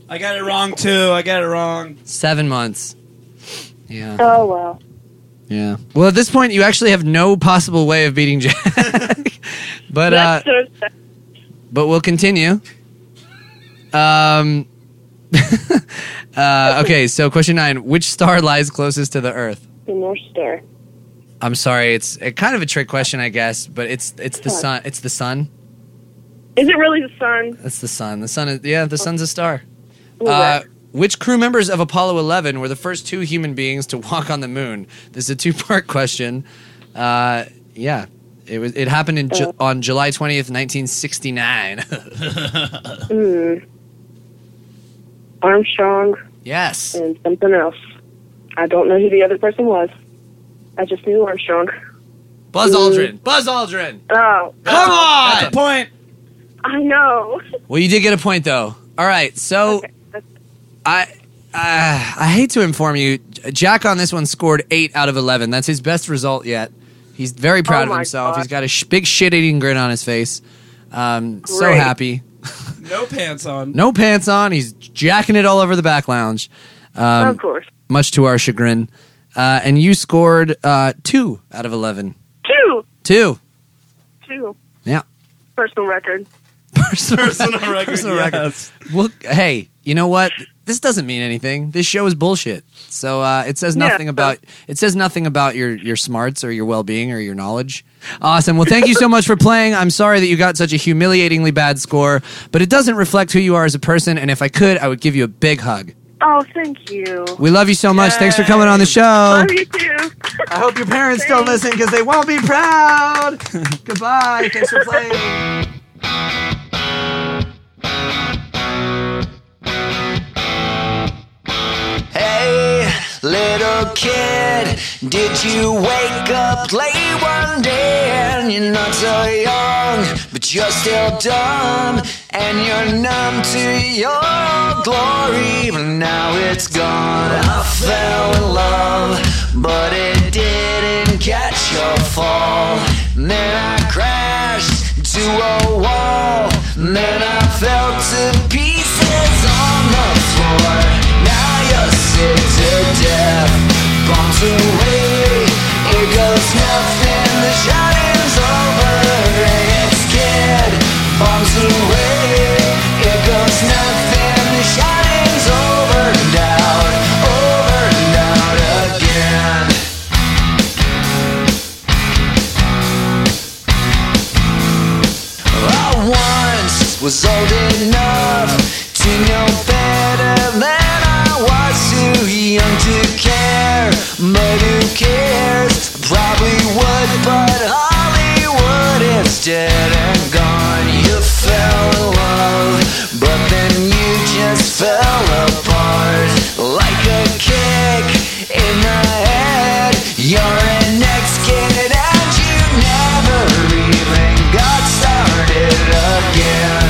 F: I got it wrong too. I got it wrong.
E: Seven months. Yeah.
L: Oh, wow.
E: Yeah. Well, at this point, you actually have no possible way of beating Jack. but uh,
L: That's so sad.
E: but we'll continue. Um, uh, okay, so question nine: Which star lies closest to the Earth?
L: the North Star.
E: I'm sorry, it's a, kind of a trick question, I guess, but it's it's the sun. It's the sun.
L: Is it really the sun?
E: It's the sun. The sun is yeah. The sun's a star.
L: Oh,
E: Uh,
L: right.
E: which crew members of Apollo 11 were the first two human beings to walk on the moon? This is a two-part question. Uh, yeah, it was. It happened in Ju- on July 20th, 1969.
L: Hmm. Armstrong
E: yes.
L: and something else. I don't know who the other person was. I just knew Armstrong.
E: Buzz Aldrin. Buzz Aldrin.
L: Oh,
E: Come on.
F: Point.
L: I know.
E: Well, you did get a point though. All right, so I uh, I hate to inform you, J- Jack on this one scored eight out of eleven. That's his best result yet. He's very proud
L: Oh
E: of
L: my
E: himself.
L: God.
E: He's got a sh- big shit-eating grin on his face. Um, so
M: Great.
E: happy.
M: No pants on.
E: No pants on. He's jacking it all over the back lounge. Um,
M: Of course.
E: Much to our chagrin. Uh, and you scored uh, two out of eleven.
L: Two.
E: Two.
L: Two.
E: Yeah.
L: Personal record.
E: Personal,
L: Personal record,
E: Personal record. Well, hey, you know what? This doesn't mean anything. This show is bullshit. So uh, it says
L: Yeah.
E: nothing about it says nothing about your your smarts or your well being or your knowledge. Awesome. Well, thank you so much for playing. I'm sorry that you got such a humiliatingly bad score, but it doesn't reflect who you are as a person. And if I could, I would give you a big hug.
L: Oh, thank you.
E: We love you so much. Thanks for coming on the show.
L: Love you too.
E: I hope your parents don't listen because they won't be proud. Goodbye. Thanks for playing.
G: Hey, little kid, did you wake up late one day and you're not so young, but you're still dumb and you're numb to your old glory, but now it's gone. I fell in love, but it didn't catch your fall. And then I crashed to a wall, and then I fell to pieces on the floor. Now you're sick to death, bombs away. It goes nothing, the shouting's over. Hey, it's kid, bombs away. It goes nothing, the shouting's over and out, over and out again. I once was old enough to know better than I was too young to care. But who cares? I probably would, but Hollywood is dead and gone. You fell in love, but then you just fell apart like a kick in the head. You're an ex kid and you never even got started again.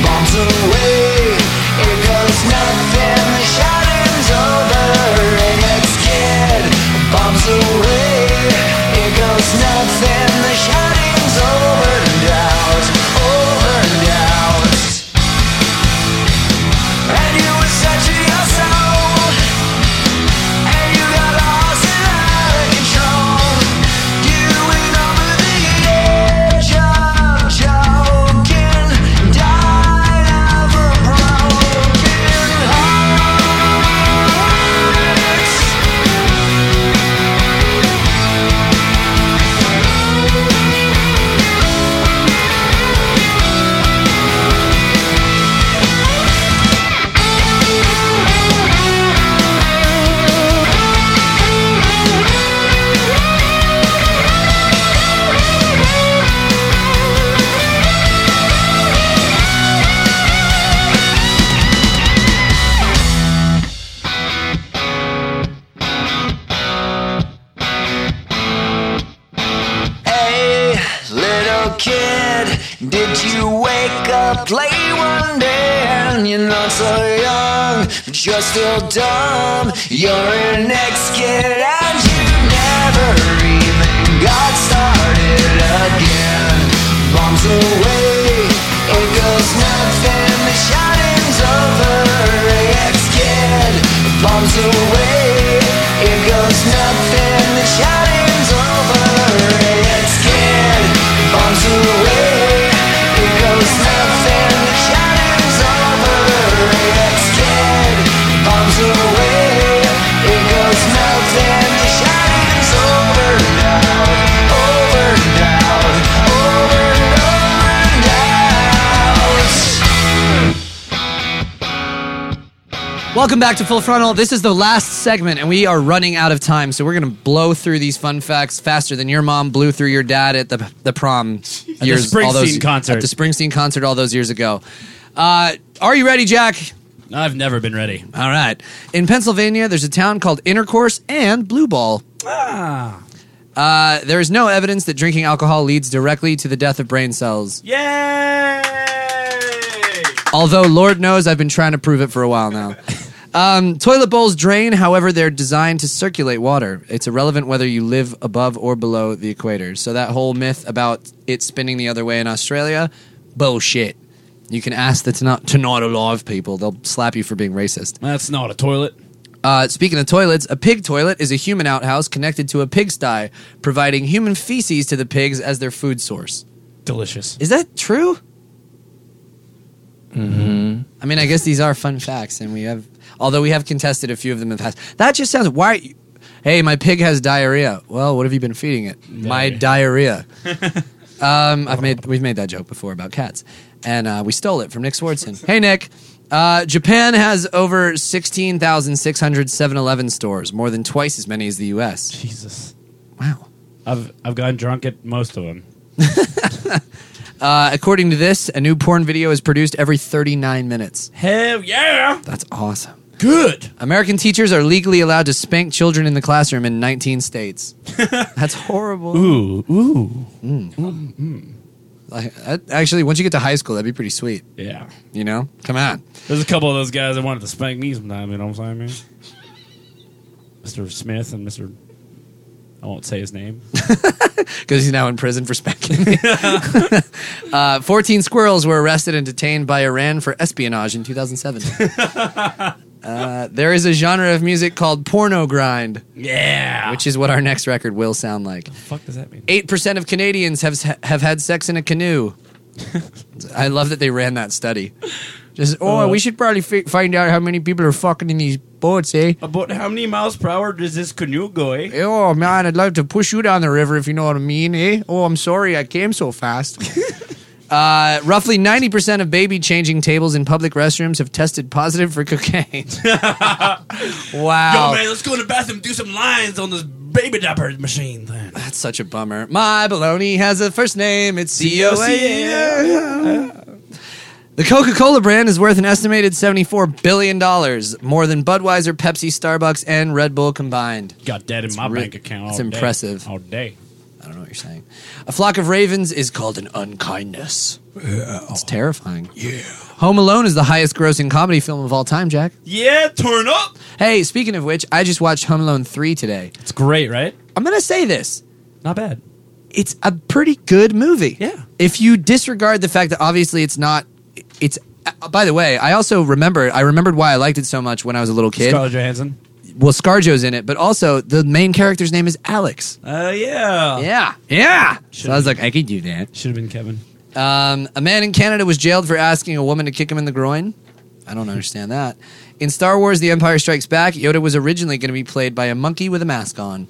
G: Bombs away, it goes nothing. The shouting's over, an ex kid. Bombs away, it goes nothing. The shouting's over and out, over and out. And you were searching your soul. And you got lost and out of control. You went over the edge of choking, died of a broken Hey, little kid, did you wake up late one day and you're not so young, but you're still dumb? You're an ex kid and you never even got started again. Bombs away, it goes nothing, the shouting's over. Ex kid, bombs away, it goes nothing, the shouting's over. Ex kid, bombs away, it goes nothing, the shouting's over. Ex kid, bombs away, it goes nothing, the shouting's over now, over now, over and over and out.
E: Welcome back to Full Frontal. This is the last segment, and we are running out of time, so we're going to blow through these fun facts faster than your mom blew through your dad at the the prom
F: the
E: years, all those,
F: Springsteen concert.
E: at the Springsteen concert all those years ago. Uh, are you ready, Jack?
F: I've never been ready.
E: All right. In Pennsylvania, there's a town called Intercourse and Blue Ball.
M: Ah.
E: Uh, there is no evidence that drinking alcohol leads directly to the death of brain cells.
M: Yay!
E: Although, Lord knows, I've been trying to prove it for a while now. Um, toilet bowls drain, however, they're designed to circulate water. It's irrelevant whether you live above or below the equator. So, that whole myth about it spinning the other way in Australia, bullshit. You can ask the Tonight, tonight Alive people, they'll slap you for being racist.
F: That's not a toilet.
E: Uh, speaking of toilets, a pig toilet is a human outhouse connected to a pigsty, providing human feces to the pigs as their food source.
F: Delicious.
E: Is that true? Mm-hmm. I mean, I guess these are fun facts, and we have, although we have contested a few of them in the past. That just sounds why. you- Hey, my pig has diarrhea. Well, what have you been feeding it? My diarrhea. um, I've made we've made that joke before about cats, and uh, we stole it from Nick Swartzen. hey, Nick. Uh, Japan has over 16,600 7-Eleven stores, more than twice as many as the U.S.
F: Jesus.
E: Wow.
F: I've I've gotten drunk at most of them.
E: Uh, according to this, a new porn video is produced every 39 minutes.
F: Hell yeah!
E: That's awesome.
F: Good.
E: American teachers are legally allowed to spank children in the classroom in 19 states. That's horrible.
F: Ooh, ooh.
E: Like, that- actually, once you get to high school, that'd be pretty sweet.
F: Yeah.
E: You know? Come on.
F: There's a couple of those guys that wanted to spank me sometime, you know what I'm saying, man? Mr. Smith and Mr. I won't say his name.
E: Because he's now in prison for spanking me. uh, 14 squirrels were arrested and detained by Iran for espionage in 2007. uh, there is a genre of music called porno grind.
F: Yeah.
E: Which is what our next record will sound like.
F: fuck does that mean?
E: Eight percent of Canadians have have had sex in a canoe. I love that they ran that study. Just oh,
F: Uh,
E: we should probably fi- find out how many people are fucking in these boats, eh?
F: About how many miles per hour does this canoe go, eh?
E: Oh man, I'd love to push you down the river if you know what I mean, eh? Oh, I'm sorry, I came so fast. uh, roughly ninety percent of baby changing tables in public restrooms have tested positive for cocaine. wow,
F: Yo, man, let's go in the bathroom do some lines on this baby diaper machine thing.
E: that's such a bummer. My baloney has a first name. It's C O C A. The Coca Cola brand is worth an estimated $74 billion, more than Budweiser, Pepsi, Starbucks, and Red Bull combined.
F: Got that in
E: It's
F: my
E: re-
F: bank account.
E: It's
F: all day.
E: impressive.
F: all day.
E: I don't know what you're saying. A flock of ravens is called an unkindness. It's terrifying. Yeah. Home Alone is the highest grossing comedy film of all time, Jack.
F: Yeah, turn up.
E: Hey, speaking of which, I just watched Home Alone 3 today.
F: It's great, right?
E: I'm going to say this.
F: Not bad.
E: It's a pretty good movie. Yeah. If you disregard the fact that obviously it's not, it's, uh, by the way, I also remember, I remembered why I liked it so much when I was a little kid.
F: Scarlett Johansson.
E: well, Scarjo's in it, but also the main character's name is Alex.
F: Oh yeah.
E: Yeah. Yeah. So I was like, I could do that.
F: Should have been Kevin.
E: Um, a man in Canada was jailed for asking a woman to kick him in the groin. I don't understand that. In Star Wars: The Empire Strikes Back, Yoda was originally going to be played by a monkey with a mask on.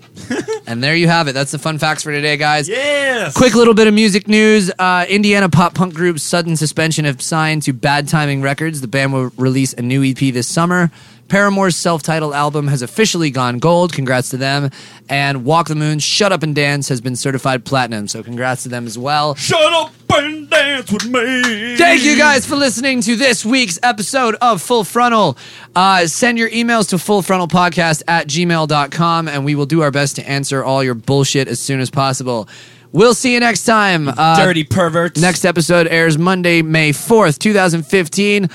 E: and there you have it. That's the fun facts for today, guys.
F: Yes.
E: Quick little bit of music news. Uh, Indiana pop punk group Sudden Suspension have signed to Bad Timing Records. The band will release a new EP this summer. Paramore's self titled album has officially gone gold. Congrats to them. And Walk the Moon, Shut Up and Dance has been certified platinum. So congrats to them as well.
F: Shut up and dance with me.
E: Thank you guys for listening to this week's episode of Full Frontal. Uh, send your emails to fullfrontalpodcast at gmail.com and we will do our best to answer all your bullshit as soon as possible. We'll see you next time. Uh,
F: Dirty perverts.
E: Next episode airs Monday, May 4th, 2015,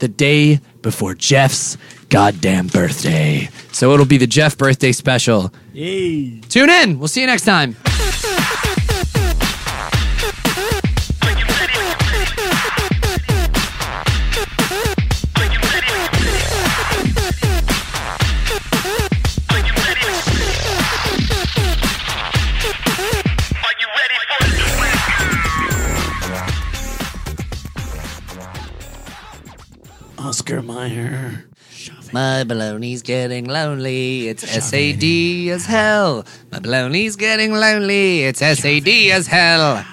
E: the day before Jeff's goddamn birthday. So it'll be the Jeff birthday special.
F: Yay.
E: Tune in. We'll see you next time.
F: Oscar Meyer.
E: My baloney's getting lonely. It's SAD as hell. My baloney's getting lonely. It's SAD as hell.